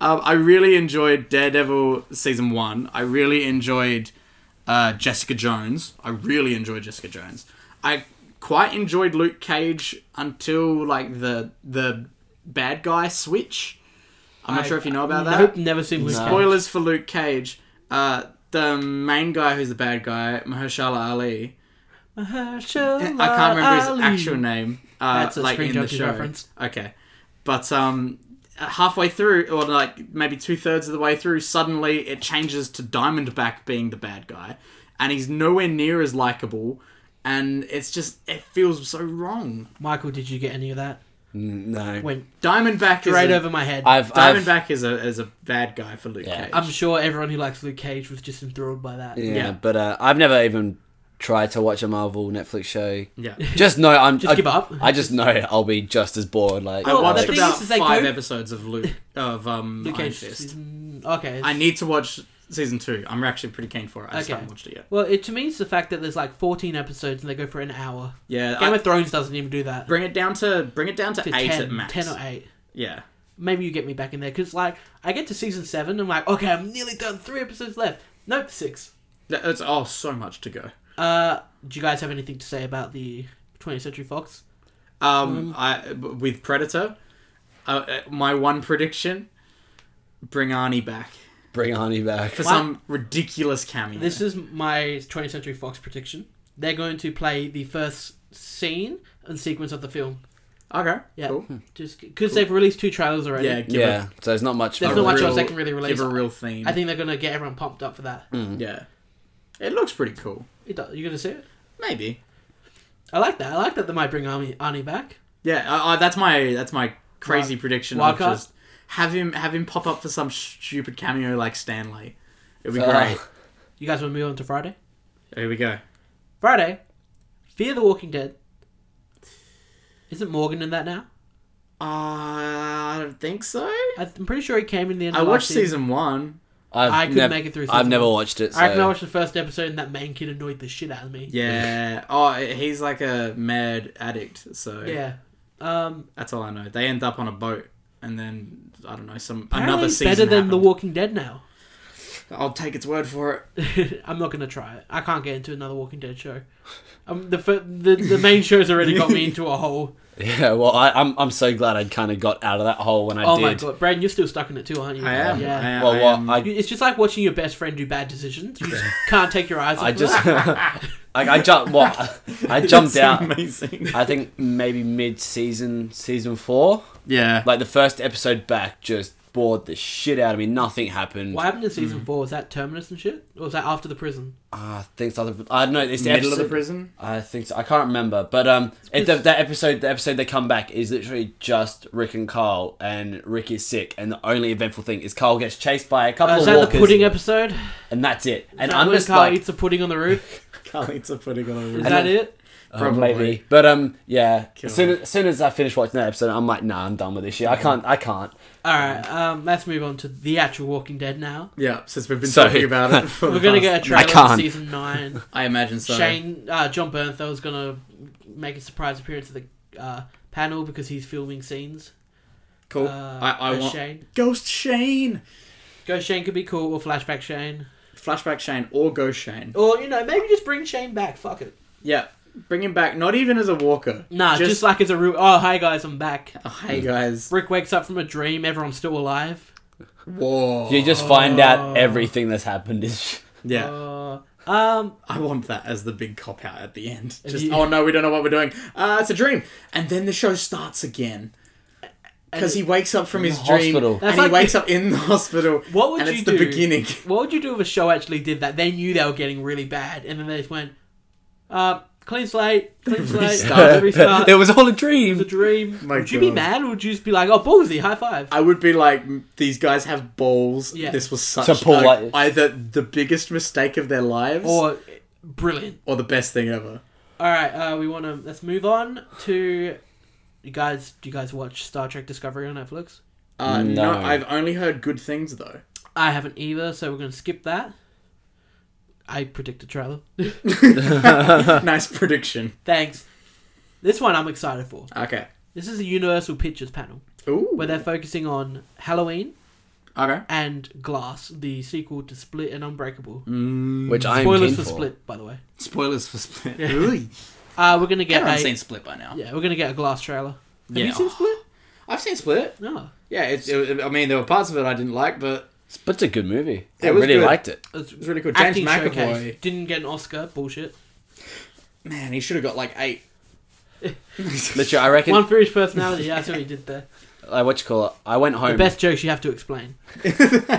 [SPEAKER 2] Um, I really enjoyed Daredevil season one. I really enjoyed uh, Jessica Jones. I really enjoyed Jessica Jones. I quite enjoyed Luke Cage until like the the bad guy switch. I'm not
[SPEAKER 1] I-
[SPEAKER 2] sure if you know about that.
[SPEAKER 1] Nope, never seen Luke Cage.
[SPEAKER 2] Spoilers for Luke Cage. Uh, the main guy who's the bad guy, Mahershala Ali.
[SPEAKER 1] Mahershala
[SPEAKER 2] I can't remember his
[SPEAKER 1] Ali.
[SPEAKER 2] actual name. Uh,
[SPEAKER 1] That's a
[SPEAKER 2] like
[SPEAKER 1] Screen
[SPEAKER 2] in the
[SPEAKER 1] Junkies
[SPEAKER 2] show.
[SPEAKER 1] reference.
[SPEAKER 2] Okay, but um, halfway through, or like maybe two thirds of the way through, suddenly it changes to Diamondback being the bad guy, and he's nowhere near as likable, and it's just it feels so wrong.
[SPEAKER 1] Michael, did you get any of that?
[SPEAKER 4] No.
[SPEAKER 1] Went
[SPEAKER 2] Diamondback is
[SPEAKER 1] straight
[SPEAKER 2] a,
[SPEAKER 1] over my head. i
[SPEAKER 4] I've, I've
[SPEAKER 2] Diamondback is a is a bad guy for Luke
[SPEAKER 4] Yeah.
[SPEAKER 2] Cage.
[SPEAKER 1] am sure everyone who likes Luke Cage was just enthralled by that.
[SPEAKER 4] yeah,
[SPEAKER 2] yeah.
[SPEAKER 4] but uh, I've never even tried to watch a Marvel Netflix show.
[SPEAKER 1] [laughs]
[SPEAKER 2] yeah.
[SPEAKER 4] Just know I'm.
[SPEAKER 1] Just
[SPEAKER 4] I,
[SPEAKER 1] give up.
[SPEAKER 4] I just know I'll be just as bored. Like
[SPEAKER 2] I
[SPEAKER 1] Well, the
[SPEAKER 2] watched
[SPEAKER 1] thing
[SPEAKER 2] about
[SPEAKER 1] is, is they
[SPEAKER 2] five
[SPEAKER 1] go-
[SPEAKER 2] episodes of Luke of um
[SPEAKER 1] Luke
[SPEAKER 2] Iron
[SPEAKER 1] Cage.
[SPEAKER 2] Fist.
[SPEAKER 1] season- Okay.
[SPEAKER 2] I need to watch season two. I'm actually pretty keen for it. I just
[SPEAKER 1] Okay.
[SPEAKER 2] haven't watched it yet.
[SPEAKER 1] well, it to me it's the fact that there's like 14 episodes and they go for an hour.
[SPEAKER 2] Yeah,
[SPEAKER 1] Game
[SPEAKER 2] I-
[SPEAKER 1] of Thrones doesn't even do that.
[SPEAKER 2] bring it down to bring it down to,
[SPEAKER 1] To
[SPEAKER 2] eight
[SPEAKER 1] 10,
[SPEAKER 2] at max.
[SPEAKER 1] 10 or 8.
[SPEAKER 2] Yeah,
[SPEAKER 1] Maybe you get me back in there because like I get to season 7 I'm like, okay, I'm nearly done. Three episodes left. Nope, six.
[SPEAKER 2] That- that's oh so much to go.
[SPEAKER 1] Uh, do you guys have anything to say about the 20th Century Fox? Mm.
[SPEAKER 2] Um, I with Predator, uh, uh, my one prediction: bring Arnie back
[SPEAKER 4] bring Arnie back.
[SPEAKER 2] for
[SPEAKER 1] What?
[SPEAKER 2] some ridiculous cameo.
[SPEAKER 1] This is my 20th Century Fox prediction. They're going to play the first scene and sequence of the film.
[SPEAKER 2] okay,
[SPEAKER 1] Yeah. Hmm.
[SPEAKER 2] cool.
[SPEAKER 1] Just because they've released two trailers already.
[SPEAKER 2] Yeah, give
[SPEAKER 4] Yeah, so there's not much.
[SPEAKER 1] There's
[SPEAKER 2] a
[SPEAKER 1] not much
[SPEAKER 2] real-
[SPEAKER 1] else they can really
[SPEAKER 2] it
[SPEAKER 1] release.
[SPEAKER 2] give a real theme.
[SPEAKER 1] I think they're going to get everyone pumped up for that.
[SPEAKER 2] yeah, it looks pretty cool.
[SPEAKER 1] It does. You're going to see it?
[SPEAKER 2] Maybe.
[SPEAKER 1] I like that. I like that they might bring Arnie, Arnie back.
[SPEAKER 2] Yeah, uh, uh, that's my that's my crazy prediction.
[SPEAKER 1] wild
[SPEAKER 2] of
[SPEAKER 1] card?
[SPEAKER 2] just have him have him pop up for some stupid cameo like Stanley. It'd be
[SPEAKER 4] Oh.
[SPEAKER 2] great.
[SPEAKER 1] You guys want to move on to Friday?
[SPEAKER 2] Here we go.
[SPEAKER 1] Friday, Fear the Walking Dead. Isn't Morgan in that now?
[SPEAKER 2] Uh, I don't think so.
[SPEAKER 1] I th- I'm pretty sure he came in the end
[SPEAKER 2] I
[SPEAKER 1] of
[SPEAKER 2] watched
[SPEAKER 1] last season.
[SPEAKER 2] season one.
[SPEAKER 4] I've
[SPEAKER 1] I couldn't
[SPEAKER 4] nev-
[SPEAKER 1] make it through
[SPEAKER 4] I've
[SPEAKER 1] season
[SPEAKER 4] never
[SPEAKER 1] one.
[SPEAKER 4] watched it. So.
[SPEAKER 1] I reckon I watched the first episode and that main kid annoyed the shit out of me.
[SPEAKER 2] Yeah. Oh, he's like a mad addict. So
[SPEAKER 1] Yeah. Um,
[SPEAKER 2] that's all I know. They end up on a boat, and then I don't know some
[SPEAKER 1] Apparently
[SPEAKER 2] another
[SPEAKER 1] it's
[SPEAKER 2] season.
[SPEAKER 1] better than The
[SPEAKER 2] happened.
[SPEAKER 1] Walking Dead now. [laughs]
[SPEAKER 2] I'll take its word for it.
[SPEAKER 1] I'm not gonna try it. I can't get into another Walking Dead show. Um, the, fir- the the
[SPEAKER 2] [laughs]
[SPEAKER 1] main show's already got me into a hole.
[SPEAKER 4] [laughs] Yeah, well, I, I'm I'm so glad I kind of got out of that hole when I
[SPEAKER 1] oh
[SPEAKER 4] did.
[SPEAKER 1] my god, Brad, you're still stuck in it too, aren't you?
[SPEAKER 2] I am. I
[SPEAKER 1] Yeah.
[SPEAKER 2] am.
[SPEAKER 4] Well,
[SPEAKER 2] I [laughs]
[SPEAKER 4] what
[SPEAKER 2] am-
[SPEAKER 4] I
[SPEAKER 1] You- It's just like watching your best friend do bad decisions. You just can't take your eyes off.
[SPEAKER 4] I
[SPEAKER 1] of [laughs]
[SPEAKER 4] just [laughs]
[SPEAKER 1] it.
[SPEAKER 4] I, I jumped
[SPEAKER 1] [laughs]
[SPEAKER 4] what I jumped
[SPEAKER 2] It's
[SPEAKER 4] out.
[SPEAKER 2] Amazing.
[SPEAKER 4] I think maybe mid season season four,
[SPEAKER 2] Yeah.
[SPEAKER 4] like the first episode back, just bored the shit out of me. Nothing happened.
[SPEAKER 1] What happened in
[SPEAKER 4] Mm.
[SPEAKER 1] season four? Was that Terminus and shit, or was that after the prison?
[SPEAKER 4] I think so. I don't know. This
[SPEAKER 2] Middle
[SPEAKER 4] episode,
[SPEAKER 2] of the [laughs] prison.
[SPEAKER 4] I think so. I can't remember, but um, it, the,
[SPEAKER 1] because-
[SPEAKER 4] that episode, the episode they come back is literally just Rick and Carl, and Rick is sick, and the only eventful thing is Carl gets chased by a couple
[SPEAKER 1] Uh, is
[SPEAKER 4] of
[SPEAKER 1] that the
[SPEAKER 4] walkers,
[SPEAKER 1] pudding episode?
[SPEAKER 4] and that's it. And
[SPEAKER 1] Is that
[SPEAKER 4] I'm
[SPEAKER 1] when
[SPEAKER 4] just
[SPEAKER 1] Carl
[SPEAKER 4] like,
[SPEAKER 1] eats a pudding on the roof.
[SPEAKER 2] Carl eats a pudding on a
[SPEAKER 1] Is
[SPEAKER 2] roof.
[SPEAKER 4] And
[SPEAKER 1] that
[SPEAKER 4] then-
[SPEAKER 1] it?
[SPEAKER 2] Probably.
[SPEAKER 4] maybe. oh, But um, yeah.
[SPEAKER 2] Kill
[SPEAKER 4] As soon as, as soon as I finish watching that episode, I'm like, nah, I'm done with this shit. I can't. I can't.
[SPEAKER 1] All right, um, let's move on to the actual Walking Dead now.
[SPEAKER 2] Yeah, since we've been
[SPEAKER 4] So-
[SPEAKER 2] talking about it.
[SPEAKER 1] [laughs]
[SPEAKER 2] For
[SPEAKER 1] We're
[SPEAKER 2] the
[SPEAKER 1] gonna
[SPEAKER 2] past-
[SPEAKER 1] get a trailer for
[SPEAKER 4] can't.
[SPEAKER 1] season
[SPEAKER 4] [laughs]
[SPEAKER 1] nine.
[SPEAKER 2] I imagine so.
[SPEAKER 1] Shane uh, John Bernthal's gonna make a surprise appearance at the uh, panel because he's filming scenes.
[SPEAKER 2] cool.
[SPEAKER 1] Uh,
[SPEAKER 2] I, I
[SPEAKER 1] as
[SPEAKER 2] want
[SPEAKER 1] Shane.
[SPEAKER 2] Ghost Shane,
[SPEAKER 1] Ghost Shane could be cool, or flashback Shane,
[SPEAKER 2] flashback Shane, or Ghost Shane.
[SPEAKER 1] or you know maybe just bring Shane back. Fuck it.
[SPEAKER 2] Yeah, bring him back. Not even as a walker.
[SPEAKER 1] Nah, just, like as a real. Oh, hi guys, I'm back.
[SPEAKER 2] Oh, hey guys.
[SPEAKER 1] Rick wakes up from a dream. Everyone's still alive.
[SPEAKER 2] Whoa.
[SPEAKER 4] You just find
[SPEAKER 1] Oh.
[SPEAKER 4] out everything that's happened is.
[SPEAKER 2] yeah.
[SPEAKER 1] Uh, um,
[SPEAKER 2] I want that as the big cop out at
[SPEAKER 1] [laughs]
[SPEAKER 2] the end.
[SPEAKER 1] If
[SPEAKER 2] Just
[SPEAKER 1] you-
[SPEAKER 2] oh no, we don't know what we're doing. Uh, it's a dream, and then the show starts again. Because he wakes up from his
[SPEAKER 4] the
[SPEAKER 2] dream,
[SPEAKER 4] hospital.
[SPEAKER 2] and
[SPEAKER 1] That's
[SPEAKER 2] he
[SPEAKER 1] like-
[SPEAKER 2] wakes up in the hospital.
[SPEAKER 1] [laughs] What would
[SPEAKER 2] and
[SPEAKER 1] you
[SPEAKER 2] it's
[SPEAKER 1] do?
[SPEAKER 2] the beginning. [laughs]
[SPEAKER 1] what would you do if a show actually did that? They knew they were getting really bad, and then they just went, uh, clean slate,
[SPEAKER 2] [laughs]
[SPEAKER 1] clean slate,
[SPEAKER 2] restart.
[SPEAKER 4] [laughs]
[SPEAKER 1] restart.
[SPEAKER 3] it was all a
[SPEAKER 1] the
[SPEAKER 3] dream.
[SPEAKER 1] dream.
[SPEAKER 2] My
[SPEAKER 1] would you be
[SPEAKER 2] God.
[SPEAKER 1] mad, or would you just be like, oh, ballsy, high five?
[SPEAKER 2] I would be like, these guys have balls.
[SPEAKER 1] Yeah.
[SPEAKER 2] This was such
[SPEAKER 4] To
[SPEAKER 2] a-
[SPEAKER 4] pull like-
[SPEAKER 2] either the biggest mistake of their lives or,
[SPEAKER 1] Or brilliant.
[SPEAKER 2] the best thing ever.
[SPEAKER 1] All right, uh, we want to let's move on to you guys. Do you guys watch Star Trek Discovery on Netflix?
[SPEAKER 2] Uh, no.
[SPEAKER 4] No.
[SPEAKER 2] I've only heard good things
[SPEAKER 4] [laughs]
[SPEAKER 2] though. [laughs]
[SPEAKER 1] I haven't either, so we're gonna skip that. I predict a trailer.
[SPEAKER 2] nice prediction.
[SPEAKER 1] Thanks. This one I'm excited for.
[SPEAKER 2] Okay.
[SPEAKER 1] This is a Universal Pictures panel
[SPEAKER 2] Ooh.
[SPEAKER 1] where they're focusing on Halloween
[SPEAKER 2] okay.
[SPEAKER 1] and Glass, the sequel to Split and Unbreakable.
[SPEAKER 2] Mm.
[SPEAKER 4] Which I'm
[SPEAKER 1] Spoilers for Split, by the way.
[SPEAKER 2] Spoilers for Split.
[SPEAKER 1] Yeah.
[SPEAKER 2] Really?
[SPEAKER 1] Uh, we're gonna get
[SPEAKER 2] Everyone's
[SPEAKER 1] a
[SPEAKER 2] seen Split by now.
[SPEAKER 1] yeah, we're gonna get a Glass trailer. Ah, Have
[SPEAKER 2] Yeah.
[SPEAKER 1] you seen Split?
[SPEAKER 2] I've seen Split.
[SPEAKER 1] No,
[SPEAKER 2] Yeah, it's. It, I mean, there were parts of it I didn't like, but
[SPEAKER 4] Split's a good movie.
[SPEAKER 2] It
[SPEAKER 4] I
[SPEAKER 2] was
[SPEAKER 4] really
[SPEAKER 2] good.
[SPEAKER 4] liked it.
[SPEAKER 1] it's
[SPEAKER 2] it's really good. James
[SPEAKER 1] acting
[SPEAKER 2] McAvoy,
[SPEAKER 1] showcase. Didn't get an Oscar. Bullshit.
[SPEAKER 2] man, he should have got like eight. [laughs]
[SPEAKER 4] Literally, I reckon.
[SPEAKER 1] One for each personality. Yeah, that's what he did there.
[SPEAKER 4] Like what you call it? I went home.
[SPEAKER 1] The best jokes you have to explain.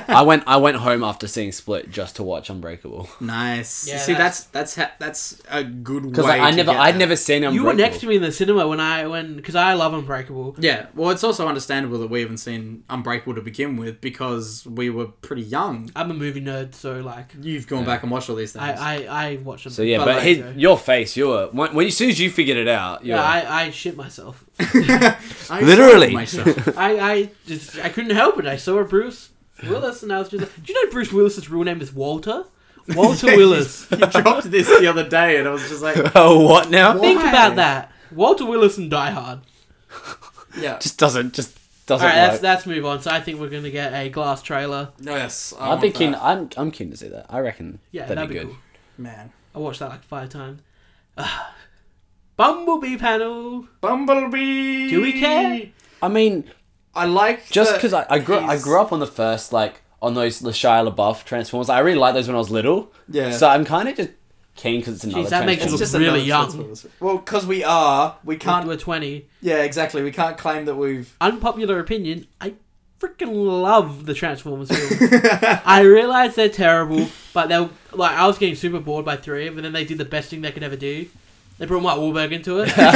[SPEAKER 4] I went. I went home after seeing Split just to watch Unbreakable [laughs]
[SPEAKER 2] Nice.
[SPEAKER 1] Yeah,
[SPEAKER 2] See,
[SPEAKER 1] that's-
[SPEAKER 2] that's that's ha- that's a good way.
[SPEAKER 4] because I, I
[SPEAKER 2] to
[SPEAKER 4] never.
[SPEAKER 2] get
[SPEAKER 4] I'd
[SPEAKER 2] that.
[SPEAKER 4] never seen Unbreakable.
[SPEAKER 1] You were next to me in the cinema when I when because I love Unbreakable.
[SPEAKER 2] Yeah. Well, it's also understandable that we haven't seen Unbreakable to begin with because we were pretty young.
[SPEAKER 1] I'm a movie nerd, so like
[SPEAKER 2] You've gone back and watched all these things.
[SPEAKER 1] I I, I watch them. uh,
[SPEAKER 4] So yeah,
[SPEAKER 2] But
[SPEAKER 4] but,
[SPEAKER 2] like-
[SPEAKER 4] his, your face, you were when, when as soon as you figured it out, you
[SPEAKER 1] yeah,
[SPEAKER 4] were,
[SPEAKER 1] I, I shit myself.
[SPEAKER 2] I
[SPEAKER 4] Literally.
[SPEAKER 2] startled myself.
[SPEAKER 1] I, I just I couldn't help it. I saw Bruce Willis, and I was just like, "Do you know Bruce Willis's real name is Walter?
[SPEAKER 4] [laughs]
[SPEAKER 1] Walter
[SPEAKER 2] [laughs]
[SPEAKER 1] Willis.
[SPEAKER 2] you dropped this the other day, and I was just like,
[SPEAKER 4] oh what now?
[SPEAKER 2] What?
[SPEAKER 1] Think
[SPEAKER 2] Why?
[SPEAKER 1] about that. Walter Willis and Die Hard.
[SPEAKER 2] yeah.
[SPEAKER 4] [laughs] Just doesn't just doesn't.
[SPEAKER 1] All right,
[SPEAKER 4] work.
[SPEAKER 1] that's that's move on. So I think we're gonna get a glass trailer.
[SPEAKER 2] Yes. I
[SPEAKER 4] I'd be
[SPEAKER 2] want
[SPEAKER 4] keen.
[SPEAKER 2] that.
[SPEAKER 4] I'm I'm keen to see that. I reckon
[SPEAKER 1] Yeah,
[SPEAKER 4] that'd, be, good.
[SPEAKER 1] cool.
[SPEAKER 2] Man.
[SPEAKER 1] I watched that like five times. [sighs] Ah. Bumblebee panel.
[SPEAKER 2] Bumblebee.
[SPEAKER 1] Do we care?
[SPEAKER 4] I mean,
[SPEAKER 2] I like
[SPEAKER 4] just
[SPEAKER 2] that
[SPEAKER 4] because I, I grew I
[SPEAKER 2] he's-
[SPEAKER 4] grew up on the first like on those the Shia LaBeouf Transformers. I really liked those when I was little.
[SPEAKER 2] Yeah.
[SPEAKER 4] So I'm kind of just keen because it's another.
[SPEAKER 1] that makes
[SPEAKER 4] Transformers.
[SPEAKER 1] you look really
[SPEAKER 2] another
[SPEAKER 1] young.
[SPEAKER 2] Transformers. Well, because we are, we can't.
[SPEAKER 1] We're twenty.
[SPEAKER 2] yeah, exactly. We can't claim that we've.
[SPEAKER 1] unpopular opinion, I freaking love the Transformers
[SPEAKER 4] [laughs]
[SPEAKER 1] films. I realize they're terrible, but they were like I was getting super bored by three of them, and then they did the best thing they could ever do. They brought Mark Wahlberg into it, and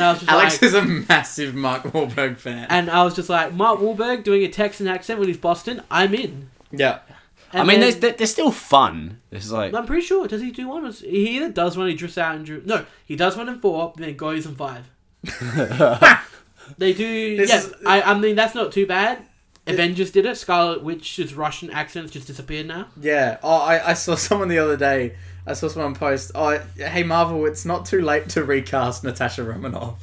[SPEAKER 1] I was just
[SPEAKER 2] Alex
[SPEAKER 1] like,
[SPEAKER 2] is a massive Mark Wahlberg fan.
[SPEAKER 1] and I was just like, Mark Wahlberg doing a Texan accent when he's Boston, I'm in.
[SPEAKER 2] yeah,
[SPEAKER 1] And
[SPEAKER 4] I mean,
[SPEAKER 1] then-
[SPEAKER 4] they're, they're, they're still fun. It's like
[SPEAKER 1] I'm pretty sure. Does he do one? Or, he either does one, he drifts out and drifts. No, he does one in four, then goes in five. they do.
[SPEAKER 2] This
[SPEAKER 1] yeah,
[SPEAKER 2] is-
[SPEAKER 1] I, I mean that's not too bad. Avengers did it. Scarlet Witch's Russian accents just disappeared now.
[SPEAKER 2] yeah. Oh, I, I saw [laughs] someone the other day. I saw someone post, "Oh, hey Marvel, it's not too late to recast Natasha Romanoff."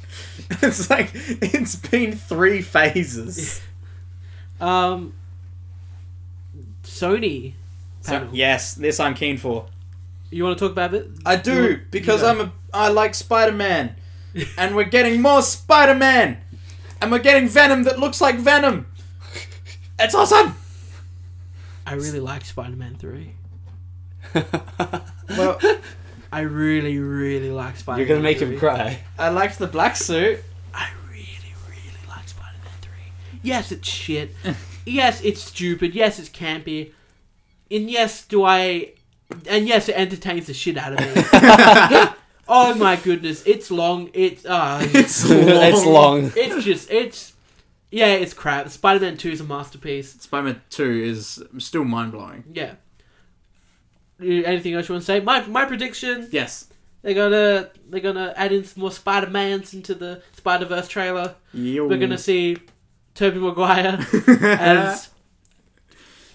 [SPEAKER 2] [laughs] it's like it's been three phases.
[SPEAKER 1] Um, Sony
[SPEAKER 2] So,
[SPEAKER 1] panel.
[SPEAKER 2] yes, this I'm keen for.
[SPEAKER 1] You want to talk about it?
[SPEAKER 2] I do
[SPEAKER 1] You-
[SPEAKER 2] because
[SPEAKER 1] you go.
[SPEAKER 2] I'm a I like Spider [laughs] Man, and we're getting more Spider Man, and we're getting Venom that looks like Venom. It's awesome.
[SPEAKER 1] I really like Spider-Man Three.
[SPEAKER 2] Well,
[SPEAKER 1] I really, really like Spider-Man.
[SPEAKER 4] you're gonna make him
[SPEAKER 1] 3.
[SPEAKER 4] cry.
[SPEAKER 2] I liked the black suit.
[SPEAKER 1] I really, really like Spider Man 3. Yes, it's
[SPEAKER 4] [laughs]
[SPEAKER 1] shit. yes, it's stupid. Yes, it's campy. And yes, do I. And yes, it entertains the shit out of
[SPEAKER 4] [laughs]
[SPEAKER 1] me. oh my goodness. It's long. It's. Uh,
[SPEAKER 2] It's
[SPEAKER 4] [laughs] [laughs] it's [laughs] long.
[SPEAKER 1] it's just. It's. Yeah, it's crap. Spider Man 2 is a masterpiece.
[SPEAKER 2] Spider Man Two is still mind blowing.
[SPEAKER 1] Yeah. Uh, Anything else you want to say? My, my prediction
[SPEAKER 2] Yes.
[SPEAKER 1] They're gonna they're gonna add in some more Spider Mans into the Spider Verse trailer.
[SPEAKER 2] Yo.
[SPEAKER 1] We're
[SPEAKER 2] [laughs]
[SPEAKER 1] gonna see Tobey Maguire as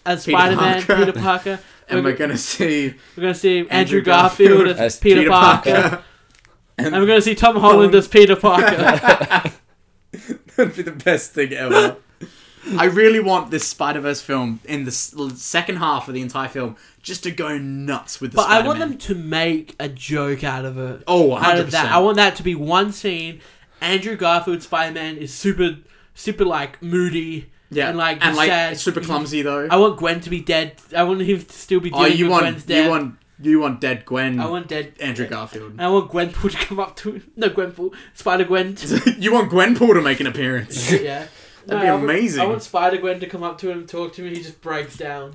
[SPEAKER 1] as
[SPEAKER 2] Peter
[SPEAKER 1] Spider Man,
[SPEAKER 2] Parker.
[SPEAKER 1] Peter Parker.
[SPEAKER 2] and
[SPEAKER 1] we're,
[SPEAKER 2] we're gonna see
[SPEAKER 1] we're gonna see Andrew,
[SPEAKER 2] Andrew
[SPEAKER 1] Garfield,
[SPEAKER 2] Garfield
[SPEAKER 1] as
[SPEAKER 4] as
[SPEAKER 1] Peter,
[SPEAKER 4] Peter
[SPEAKER 1] Parker.
[SPEAKER 4] Parker.
[SPEAKER 1] and we're gonna see Tom Holland as Peter Parker.
[SPEAKER 2] [laughs]
[SPEAKER 3] That'd be the best thing ever.
[SPEAKER 2] I really want this Spider Verse film in the s- l- second half of the entire film just to go nuts with the.
[SPEAKER 1] but I want
[SPEAKER 2] Spider-Man.
[SPEAKER 1] them to make a joke out of it.
[SPEAKER 2] Oh, 100%.
[SPEAKER 1] out of that. I want that to be one scene. Andrew Garfield Spider Man is super, super like moody.
[SPEAKER 2] yeah,
[SPEAKER 1] and like,
[SPEAKER 2] and like
[SPEAKER 1] sad.
[SPEAKER 2] it's super clumsy though.
[SPEAKER 1] I want Gwen to be dead. I want him to still be dead.
[SPEAKER 2] oh, you
[SPEAKER 1] with
[SPEAKER 2] want
[SPEAKER 1] Gwen's dead.
[SPEAKER 2] you want you want dead Gwen.
[SPEAKER 1] I want dead.
[SPEAKER 2] Andrew Garfield. [laughs]
[SPEAKER 1] I want Gwenpool to come up to [laughs] no Gwenpool Spider Gwen.
[SPEAKER 2] you want Gwenpool to make
[SPEAKER 1] [laughs]
[SPEAKER 2] an appearance.
[SPEAKER 1] yeah.
[SPEAKER 2] That'd be
[SPEAKER 1] I want-
[SPEAKER 2] amazing.
[SPEAKER 1] I want Spider Gwen to come up to him and talk to him. He just breaks
[SPEAKER 2] [laughs]
[SPEAKER 1] down.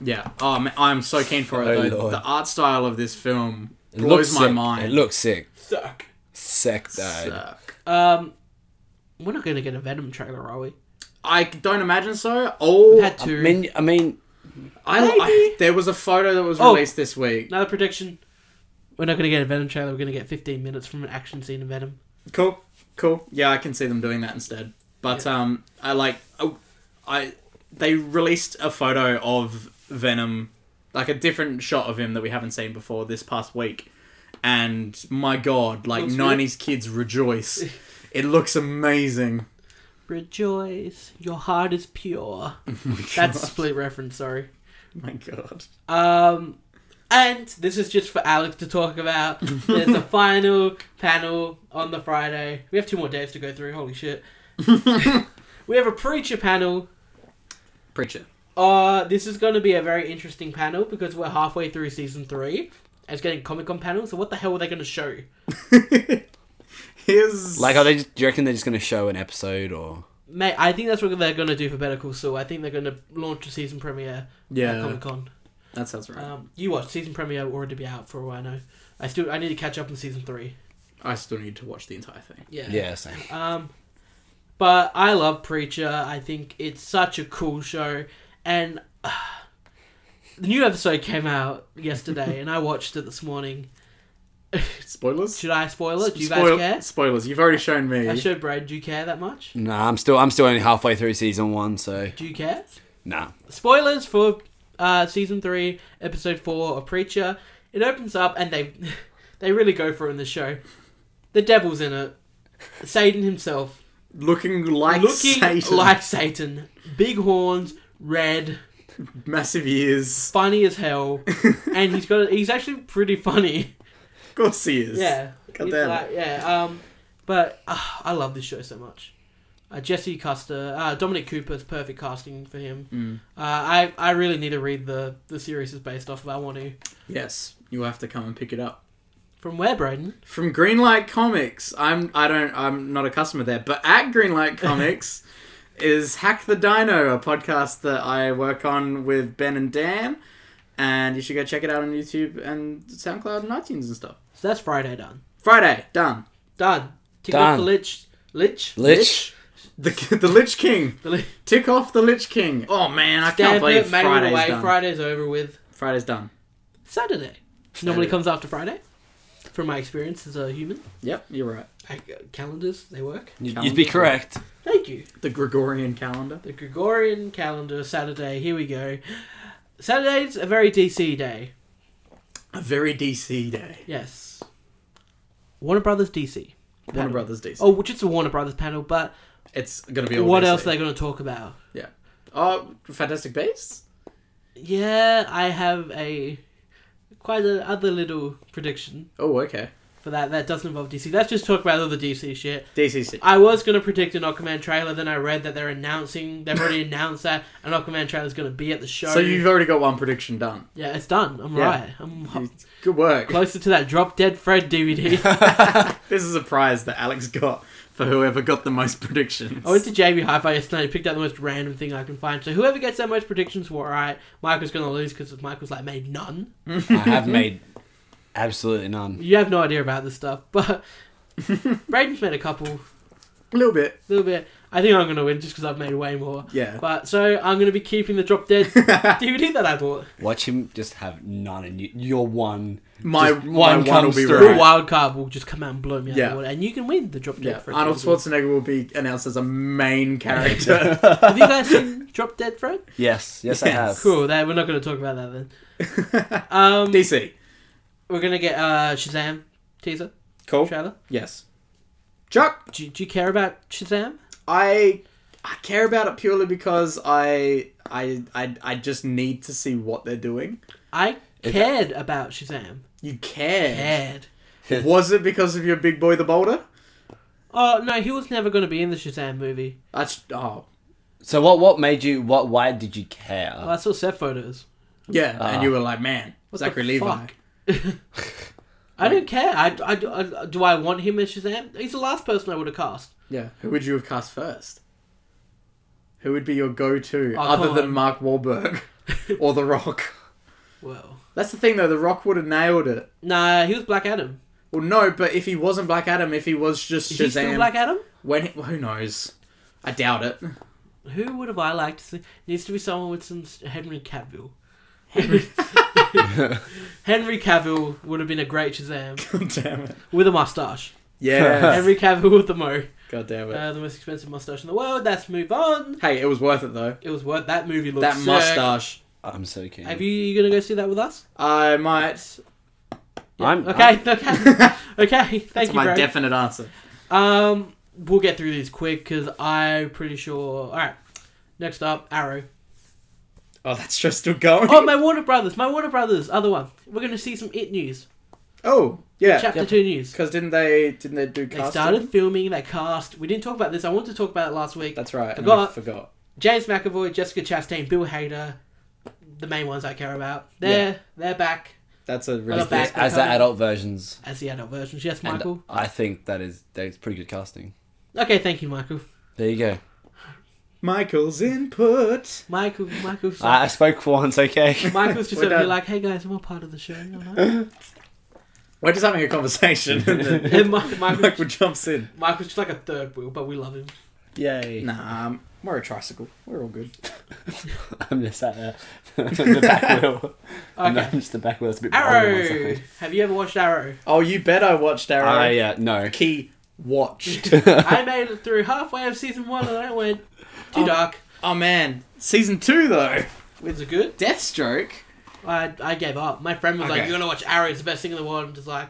[SPEAKER 2] yeah. Oh, man, I'm so keen for it.
[SPEAKER 4] Oh,
[SPEAKER 2] though.
[SPEAKER 4] Lord.
[SPEAKER 2] The art style of this film
[SPEAKER 4] It
[SPEAKER 2] blows my
[SPEAKER 4] sick.
[SPEAKER 2] mind.
[SPEAKER 4] It looks sick.
[SPEAKER 1] Suck.
[SPEAKER 4] Sick, dude.
[SPEAKER 2] Suck.
[SPEAKER 1] Um, we're not gonna get a Venom trailer, are we?
[SPEAKER 2] I don't imagine so. Oh,
[SPEAKER 1] We've had
[SPEAKER 4] I
[SPEAKER 1] two.
[SPEAKER 4] mean, I mean,
[SPEAKER 2] I, I
[SPEAKER 1] Maybe.
[SPEAKER 2] there was a photo that was
[SPEAKER 1] Oh.
[SPEAKER 2] released this week.
[SPEAKER 1] Another prediction. We're not gonna get a Venom trailer. We're gonna get 15 minutes from an action scene in Venom.
[SPEAKER 2] Cool, cool. Yeah, I can see them doing that instead. But um, I like, oh, I they released a photo of Venom, like a different shot of him that we haven't seen before this past week, and my god, like
[SPEAKER 1] Looks good.
[SPEAKER 2] nineties
[SPEAKER 1] [laughs]
[SPEAKER 2] kids rejoice. It looks amazing.
[SPEAKER 1] Rejoice, your heart is pure. That's a split reference. Sorry.
[SPEAKER 2] My god.
[SPEAKER 1] Um, and this is just for Alex to talk about. There's a final panel on the Friday. We have two more days to go through. Holy shit. we have a preacher panel.
[SPEAKER 2] Preacher.
[SPEAKER 1] Uh, this is going to be a very interesting panel because we're halfway through season three. and It's getting Comic Con panel, so what the hell are they going to show?
[SPEAKER 2] Here's
[SPEAKER 4] like, are they? Just, do you reckon they're just gonna show an episode or?
[SPEAKER 1] Mate, I think that's what they're going to do for Better Call Saul. I think they're going to launch a season premiere at
[SPEAKER 2] yeah.
[SPEAKER 1] Comic Con.
[SPEAKER 2] That sounds right.
[SPEAKER 1] Um, you watched season premiere already be out for a while now. I still I need to catch up on season three.
[SPEAKER 2] I still need to watch the entire thing.
[SPEAKER 4] Yeah, same.
[SPEAKER 1] Um, but I love Preacher. I think it's such a cool show, and uh, the new episode came out yesterday, and I watched it this morning.
[SPEAKER 2] Spoilers.
[SPEAKER 1] Should I spoil it? Do you
[SPEAKER 2] Spoil-
[SPEAKER 1] guys
[SPEAKER 2] Spoilers. You've already shown me.
[SPEAKER 1] care? I showed Brad. Do you care that much?
[SPEAKER 4] Nah, I'm still, I'm still only halfway through season one, so
[SPEAKER 1] Do you care?
[SPEAKER 4] nah.
[SPEAKER 1] Spoilers for uh, season three, episode four of Preacher. It opens up, and they [laughs] they really go for it in the show. The devil's in it. Satan himself,
[SPEAKER 2] Looking like
[SPEAKER 1] looking
[SPEAKER 2] Satan.
[SPEAKER 1] like Satan, big horns, red.
[SPEAKER 2] [laughs] massive ears.
[SPEAKER 1] funny as
[SPEAKER 2] [laughs]
[SPEAKER 1] hell, and he's got a, he's actually pretty funny.
[SPEAKER 2] Of course he is.
[SPEAKER 1] Yeah,
[SPEAKER 2] God
[SPEAKER 1] He's
[SPEAKER 2] damn it.
[SPEAKER 1] like- yeah. Um, but ah, I love this show so much. Uh, Jesse Custer, uh, Dominic Cooper's perfect casting for him.
[SPEAKER 2] Mm.
[SPEAKER 1] Uh, I I really need to read the the series is based off of. I want to
[SPEAKER 2] Yes, you have to come and pick it up
[SPEAKER 1] from where Braden.
[SPEAKER 2] from Greenlight Comics. I'm I don't I'm not a customer there, but
[SPEAKER 1] [laughs]
[SPEAKER 2] at Greenlight Comics is Hack the Dino, a podcast that I work on with Ben and Dan, and you should go check it out on YouTube and SoundCloud and iTunes and stuff.
[SPEAKER 1] So that's Friday done.
[SPEAKER 2] Friday done.
[SPEAKER 1] Done. Tick off
[SPEAKER 4] Done.
[SPEAKER 1] the lich. Lich.
[SPEAKER 4] Lich,
[SPEAKER 2] The [laughs] the Lich King.
[SPEAKER 1] The lich.
[SPEAKER 2] Tick off the Lich King. Oh man, I can't
[SPEAKER 1] Damn
[SPEAKER 2] believe
[SPEAKER 1] it, made it
[SPEAKER 2] Friday's
[SPEAKER 1] away.
[SPEAKER 2] done.
[SPEAKER 1] Friday's over with.
[SPEAKER 2] Friday's done.
[SPEAKER 1] Saturday normally
[SPEAKER 2] Saturday.
[SPEAKER 1] comes after Friday. From my experience as a human,
[SPEAKER 2] Yep, you're right.
[SPEAKER 1] I, uh, calendars they work.
[SPEAKER 4] you'd, you'd be correct.
[SPEAKER 1] Thank you.
[SPEAKER 2] The Gregorian calendar.
[SPEAKER 1] The Gregorian calendar, Saturday, here we go. Saturday's a very DC day,
[SPEAKER 2] A very DC day.
[SPEAKER 1] yes. Warner Brothers DC.
[SPEAKER 2] Warner Brothers DC.
[SPEAKER 1] Oh, which is a Warner Brothers panel, but
[SPEAKER 2] It's gonna be all
[SPEAKER 1] what
[SPEAKER 2] DC.
[SPEAKER 1] else are they going to talk about?
[SPEAKER 2] Oh, Fantastic Beasts.
[SPEAKER 1] Yeah, I have a quite a other little prediction
[SPEAKER 2] Oh, okay.
[SPEAKER 1] for that. That doesn't involve DC. Let's just talk about all the DC shit.
[SPEAKER 2] DCC.
[SPEAKER 1] I was going to predict an Aquaman trailer, then I read that they're announcing, they've
[SPEAKER 2] [laughs]
[SPEAKER 1] already announced that an Aquaman trailer's going to be at the show.
[SPEAKER 2] So you've already got one prediction done.
[SPEAKER 1] Yeah, it's done. I'm
[SPEAKER 2] Yeah.
[SPEAKER 1] right. I'm
[SPEAKER 2] Good work.
[SPEAKER 1] closer to that Drop Dead Fred DVD.
[SPEAKER 2] [laughs] This is a prize that Alex got for whoever got the most predictions.
[SPEAKER 1] I went to JB Hi-Fi yesterday and picked out the most random thing I can find. So whoever gets that most predictions were alright. Michael's gonna lose because Michael's like made none.
[SPEAKER 4] I have made absolutely none.
[SPEAKER 1] [laughs]
[SPEAKER 2] [laughs]
[SPEAKER 1] You have no idea about this stuff, but Braden's made a couple.
[SPEAKER 2] A little bit.
[SPEAKER 1] little bit. I think I'm going to win just because I've made way more.
[SPEAKER 2] Yeah.
[SPEAKER 1] But so I'm going to be keeping the Drop
[SPEAKER 2] [laughs]
[SPEAKER 1] Dead DVD that I bought.
[SPEAKER 4] Watch him just have none, and you, your one.
[SPEAKER 2] My
[SPEAKER 4] Just
[SPEAKER 2] my
[SPEAKER 4] one
[SPEAKER 2] one, will
[SPEAKER 4] comes
[SPEAKER 2] be
[SPEAKER 4] through.
[SPEAKER 1] Your
[SPEAKER 2] right.
[SPEAKER 1] wild card will just come out and blow me out
[SPEAKER 2] Yeah.
[SPEAKER 1] of the water, and you can win the Drop Dead.
[SPEAKER 2] Yeah.
[SPEAKER 1] for a
[SPEAKER 2] Arnold
[SPEAKER 1] DVD.
[SPEAKER 2] Schwarzenegger will be announced as a main character.
[SPEAKER 1] Have you guys
[SPEAKER 2] [laughs]
[SPEAKER 1] seen Drop Dead Fred?
[SPEAKER 4] Yes, yes, I have.
[SPEAKER 1] Cool. That we're not going to talk about that then. Um,
[SPEAKER 2] DC.
[SPEAKER 1] we're gonna get uh, Shazam teaser
[SPEAKER 3] Cool.
[SPEAKER 1] trailer.
[SPEAKER 2] Yes. Chuck.
[SPEAKER 1] Do, do you care about Shazam?
[SPEAKER 2] I I care about it purely because I I I, I just need to see what they're doing.
[SPEAKER 1] I cared about Shazam.
[SPEAKER 2] You care.
[SPEAKER 1] Cared.
[SPEAKER 2] Was it because of your big boy the boulder?
[SPEAKER 1] Oh no, he was never going to be in the Shazam movie.
[SPEAKER 2] That's oh
[SPEAKER 4] So what? What made you? What? Why did you care?
[SPEAKER 1] Well, Oh, I saw set photos.
[SPEAKER 2] yeah, and
[SPEAKER 4] Ah.
[SPEAKER 2] you were like, man,
[SPEAKER 1] What
[SPEAKER 2] Zachary
[SPEAKER 1] the
[SPEAKER 2] Levi.
[SPEAKER 1] fuck? [laughs] I don't care. I, I, I- do I want him as Shazam? He's the last person I would have cast.
[SPEAKER 2] Yeah, who would you have cast first? Who would be your go-to
[SPEAKER 1] Oh,
[SPEAKER 2] other
[SPEAKER 1] come
[SPEAKER 2] than
[SPEAKER 1] on.
[SPEAKER 2] Mark [laughs] Wahlberg or The Rock?
[SPEAKER 1] Well,
[SPEAKER 2] That's the thing though, The Rock would have nailed it.
[SPEAKER 1] nah, he was Black Adam.
[SPEAKER 2] Well, no, but if he wasn't Black Adam, if he was just
[SPEAKER 1] Is
[SPEAKER 2] Shazam,
[SPEAKER 1] he still Black Adam?
[SPEAKER 2] when he, who knows? I doubt it.
[SPEAKER 1] Who would have I liked to see? Needs to be someone with some s- Henry Cavill. [laughs] Henry Cavill would have been a great Shazam
[SPEAKER 2] God [laughs] damn it.
[SPEAKER 1] with a mustache.
[SPEAKER 2] [laughs] Yeah.
[SPEAKER 1] Henry Cavill with the mo,
[SPEAKER 2] God damn it.
[SPEAKER 1] uh, the most expensive mustache in the world. Let's move on.
[SPEAKER 2] Hey, it was worth it though.
[SPEAKER 1] It was worth that movie. Looks
[SPEAKER 2] That
[SPEAKER 1] sick.
[SPEAKER 2] mustache.
[SPEAKER 4] I'm so keen.
[SPEAKER 1] Have you, you gonna go see that with us?
[SPEAKER 2] I [laughs] might.
[SPEAKER 4] I'm
[SPEAKER 1] Okay,
[SPEAKER 2] [laughs]
[SPEAKER 1] okay, okay. Thank
[SPEAKER 2] That's
[SPEAKER 1] you,
[SPEAKER 2] my
[SPEAKER 1] bro.
[SPEAKER 2] definite answer.
[SPEAKER 1] um, we'll get through these quick because I'm pretty sure. All right. Next up,
[SPEAKER 2] [laughs]
[SPEAKER 1] Arrow.
[SPEAKER 2] Oh, that's just still going. [laughs]
[SPEAKER 1] Oh, my Warner Brothers. My Warner Brothers. Other one. We're gonna see some It news.
[SPEAKER 2] oh, yeah.
[SPEAKER 1] Chapter two news.
[SPEAKER 2] Because didn't they didn't they do
[SPEAKER 1] They
[SPEAKER 2] casting?
[SPEAKER 1] started filming. They cast. We didn't talk about this. I wanted to talk about it last week.
[SPEAKER 2] That's right. and
[SPEAKER 1] Forgot.
[SPEAKER 2] I forgot.
[SPEAKER 1] James McAvoy, Jessica Chastain, Bill Hader, the main ones I care about. They're they're back
[SPEAKER 2] That's a
[SPEAKER 1] Well,
[SPEAKER 2] really.
[SPEAKER 1] the back-
[SPEAKER 4] as the adult versions,
[SPEAKER 1] as the adult versions. Yes,
[SPEAKER 2] uh,
[SPEAKER 4] and
[SPEAKER 1] Michael.
[SPEAKER 4] I think that is that is pretty good casting.
[SPEAKER 1] okay, thank you, Michael.
[SPEAKER 4] There you go.
[SPEAKER 2] Michael's input.
[SPEAKER 1] Michael,
[SPEAKER 2] [laughs]
[SPEAKER 1] Michael's,
[SPEAKER 3] I, I spoke for once,
[SPEAKER 1] [laughs]
[SPEAKER 3] okay?
[SPEAKER 1] Michael's just
[SPEAKER 2] We're
[SPEAKER 1] over here
[SPEAKER 2] done.
[SPEAKER 1] like, hey guys, I'm a part of the show. you
[SPEAKER 2] [laughs]
[SPEAKER 1] know?"
[SPEAKER 2] We're just having a conversation, [laughs] and
[SPEAKER 1] [laughs]
[SPEAKER 2] then
[SPEAKER 1] and Mi- Michael,
[SPEAKER 2] Michael jumps in.
[SPEAKER 1] Michael's just like a third wheel, but we love him.
[SPEAKER 4] Yay!
[SPEAKER 3] [laughs]
[SPEAKER 2] Nah, um, we're a tricycle. We're all good.
[SPEAKER 4] I'm just
[SPEAKER 3] [laughs]
[SPEAKER 4] at uh, the
[SPEAKER 1] [laughs]
[SPEAKER 4] back wheel. No,
[SPEAKER 2] [laughs]
[SPEAKER 1] Okay,
[SPEAKER 4] I'm just the back wheel. It's a bit
[SPEAKER 1] Arrow. Have you ever watched Arrow?
[SPEAKER 2] Oh, you bet I watched Arrow.
[SPEAKER 4] I uh, no.
[SPEAKER 2] Key watched.
[SPEAKER 1] I made it through halfway of season one, and I went too
[SPEAKER 2] Oh.
[SPEAKER 1] dark.
[SPEAKER 2] oh man, season two though.
[SPEAKER 1] Was it good?
[SPEAKER 2] Deathstroke.
[SPEAKER 1] I, I gave up. My friend was like,
[SPEAKER 2] Okay.
[SPEAKER 1] "You're gonna watch Arrow. It's the best thing in the world." I'm just like,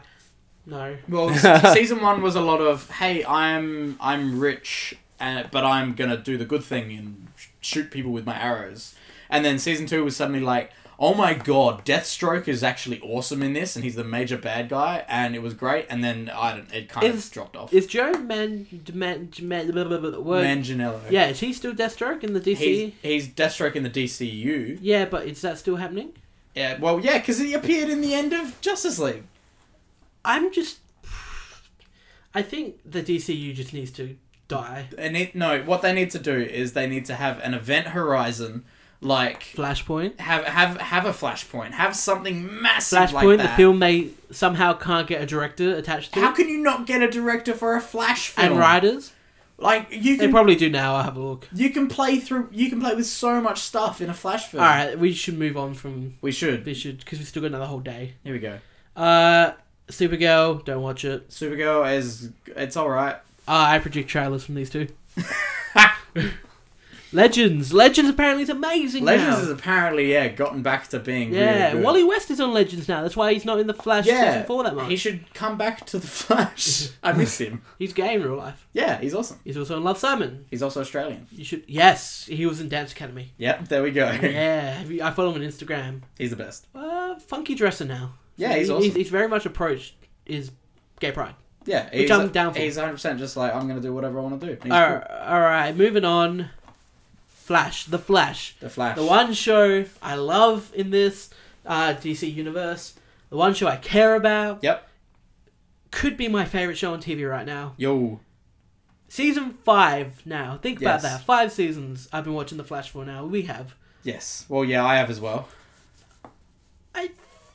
[SPEAKER 1] no.
[SPEAKER 2] Well, s- season one was a lot of hey, I'm I'm rich, uh, but I'm gonna do the good thing and sh- shoot people with my arrows. And then season two was suddenly like, oh my god, Deathstroke is actually awesome in this, and he's the major bad guy, and it was great. And then I don't, it kind
[SPEAKER 1] Is-
[SPEAKER 2] of dropped off.
[SPEAKER 1] Is Joe Man Man Man blah, blah, blah, blah, word?
[SPEAKER 2] Manganiello.
[SPEAKER 1] Yeah, is he still Deathstroke in the DC?
[SPEAKER 2] He's, he's Deathstroke in the DCU.
[SPEAKER 1] Yeah, but is that still happening?
[SPEAKER 2] Yeah, well, yeah, because he appeared in the end of Justice League.
[SPEAKER 1] I'm just. I think the DCU just needs to die.
[SPEAKER 2] They need no. What they need to do is they need to have an event horizon, like
[SPEAKER 1] Flashpoint.
[SPEAKER 2] have have have a flashpoint, have something massive
[SPEAKER 1] Flashpoint,
[SPEAKER 2] like
[SPEAKER 1] the
[SPEAKER 2] that.
[SPEAKER 1] film they somehow can't get a director attached to.
[SPEAKER 2] How can you not get a director for a Flash film?
[SPEAKER 1] and writers.
[SPEAKER 2] like you
[SPEAKER 1] They
[SPEAKER 2] can
[SPEAKER 1] probably do now. I'll have a look.
[SPEAKER 2] you can play through you can play with so much stuff in a Flash film.
[SPEAKER 1] Alright, we should move on from.
[SPEAKER 2] we should.
[SPEAKER 1] We should. Because we've still got another whole day.
[SPEAKER 2] Here we go.
[SPEAKER 1] Uh, Supergirl, don't watch it.
[SPEAKER 2] Supergirl is it's all right.
[SPEAKER 1] Uh, I predict trailers from these two. [laughs] Legends. Legends apparently is amazing
[SPEAKER 2] Legends
[SPEAKER 1] now.
[SPEAKER 2] has apparently yeah gotten back to being
[SPEAKER 1] yeah,
[SPEAKER 2] Really good.
[SPEAKER 1] Wally West is on Legends now. That's why he's not in the Flash
[SPEAKER 2] yeah,
[SPEAKER 1] season four that much.
[SPEAKER 2] he should come back to the [laughs] Flash. I miss him.
[SPEAKER 1] He's gay in real life.
[SPEAKER 2] Yeah, he's awesome.
[SPEAKER 1] He's also in Love Simon.
[SPEAKER 2] He's also Australian.
[SPEAKER 1] You should. Yes, he was in Dance Academy.
[SPEAKER 2] Yep, there we go.
[SPEAKER 1] Yeah, have you- I follow him on Instagram.
[SPEAKER 2] [laughs] He's the best.
[SPEAKER 1] Uh, funky dresser now.
[SPEAKER 2] Yeah, he's
[SPEAKER 1] He-
[SPEAKER 2] awesome.
[SPEAKER 1] He's, very much approached is gay pride.
[SPEAKER 2] Yeah,
[SPEAKER 1] Which
[SPEAKER 2] he's,
[SPEAKER 1] I'm down for.
[SPEAKER 2] He's 100 percent just like I'm gonna do whatever I want to do. He's
[SPEAKER 1] All
[SPEAKER 2] cool.
[SPEAKER 1] right, all right, moving on. Flash, the Flash.
[SPEAKER 2] The Flash.
[SPEAKER 1] The one show I love in this uh, DC universe, the one show I care about,
[SPEAKER 2] Yep.
[SPEAKER 1] could be my favorite show on TV right now.
[SPEAKER 2] Yo.
[SPEAKER 1] Season five now. Think
[SPEAKER 2] Yes.
[SPEAKER 1] about that. Five seasons I've been watching The Flash for now. We have
[SPEAKER 2] Yes. Well, yeah, I have as well.
[SPEAKER 1] a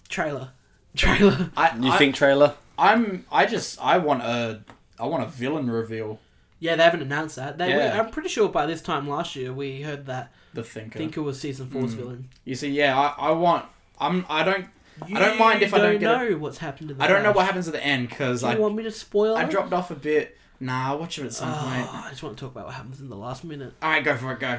[SPEAKER 1] trailer. [laughs] Trailer.
[SPEAKER 2] I.
[SPEAKER 4] You
[SPEAKER 2] I,
[SPEAKER 4] think trailer?
[SPEAKER 2] I'm. I just. I want a. I want a villain reveal.
[SPEAKER 1] Yeah, they haven't announced that. They,
[SPEAKER 2] Yeah.
[SPEAKER 1] we, I'm pretty sure by this time last year we heard that
[SPEAKER 2] The Thinker.
[SPEAKER 1] Thinker was season
[SPEAKER 2] Hmm.
[SPEAKER 1] four's villain.
[SPEAKER 2] You see, yeah, I, I want. I'm. I don't. I don't mind if I don't get.
[SPEAKER 1] know
[SPEAKER 2] A,
[SPEAKER 1] what's happened to the
[SPEAKER 2] I don't know
[SPEAKER 1] Flash.
[SPEAKER 2] what happens at the end because
[SPEAKER 1] Do you
[SPEAKER 2] I
[SPEAKER 1] want me to spoil
[SPEAKER 2] I
[SPEAKER 1] it?
[SPEAKER 2] dropped off a bit. Nah, I'll watch it at some point.
[SPEAKER 1] Ah, I just want to talk about what happens in the last minute.
[SPEAKER 2] All right, go for it. Go.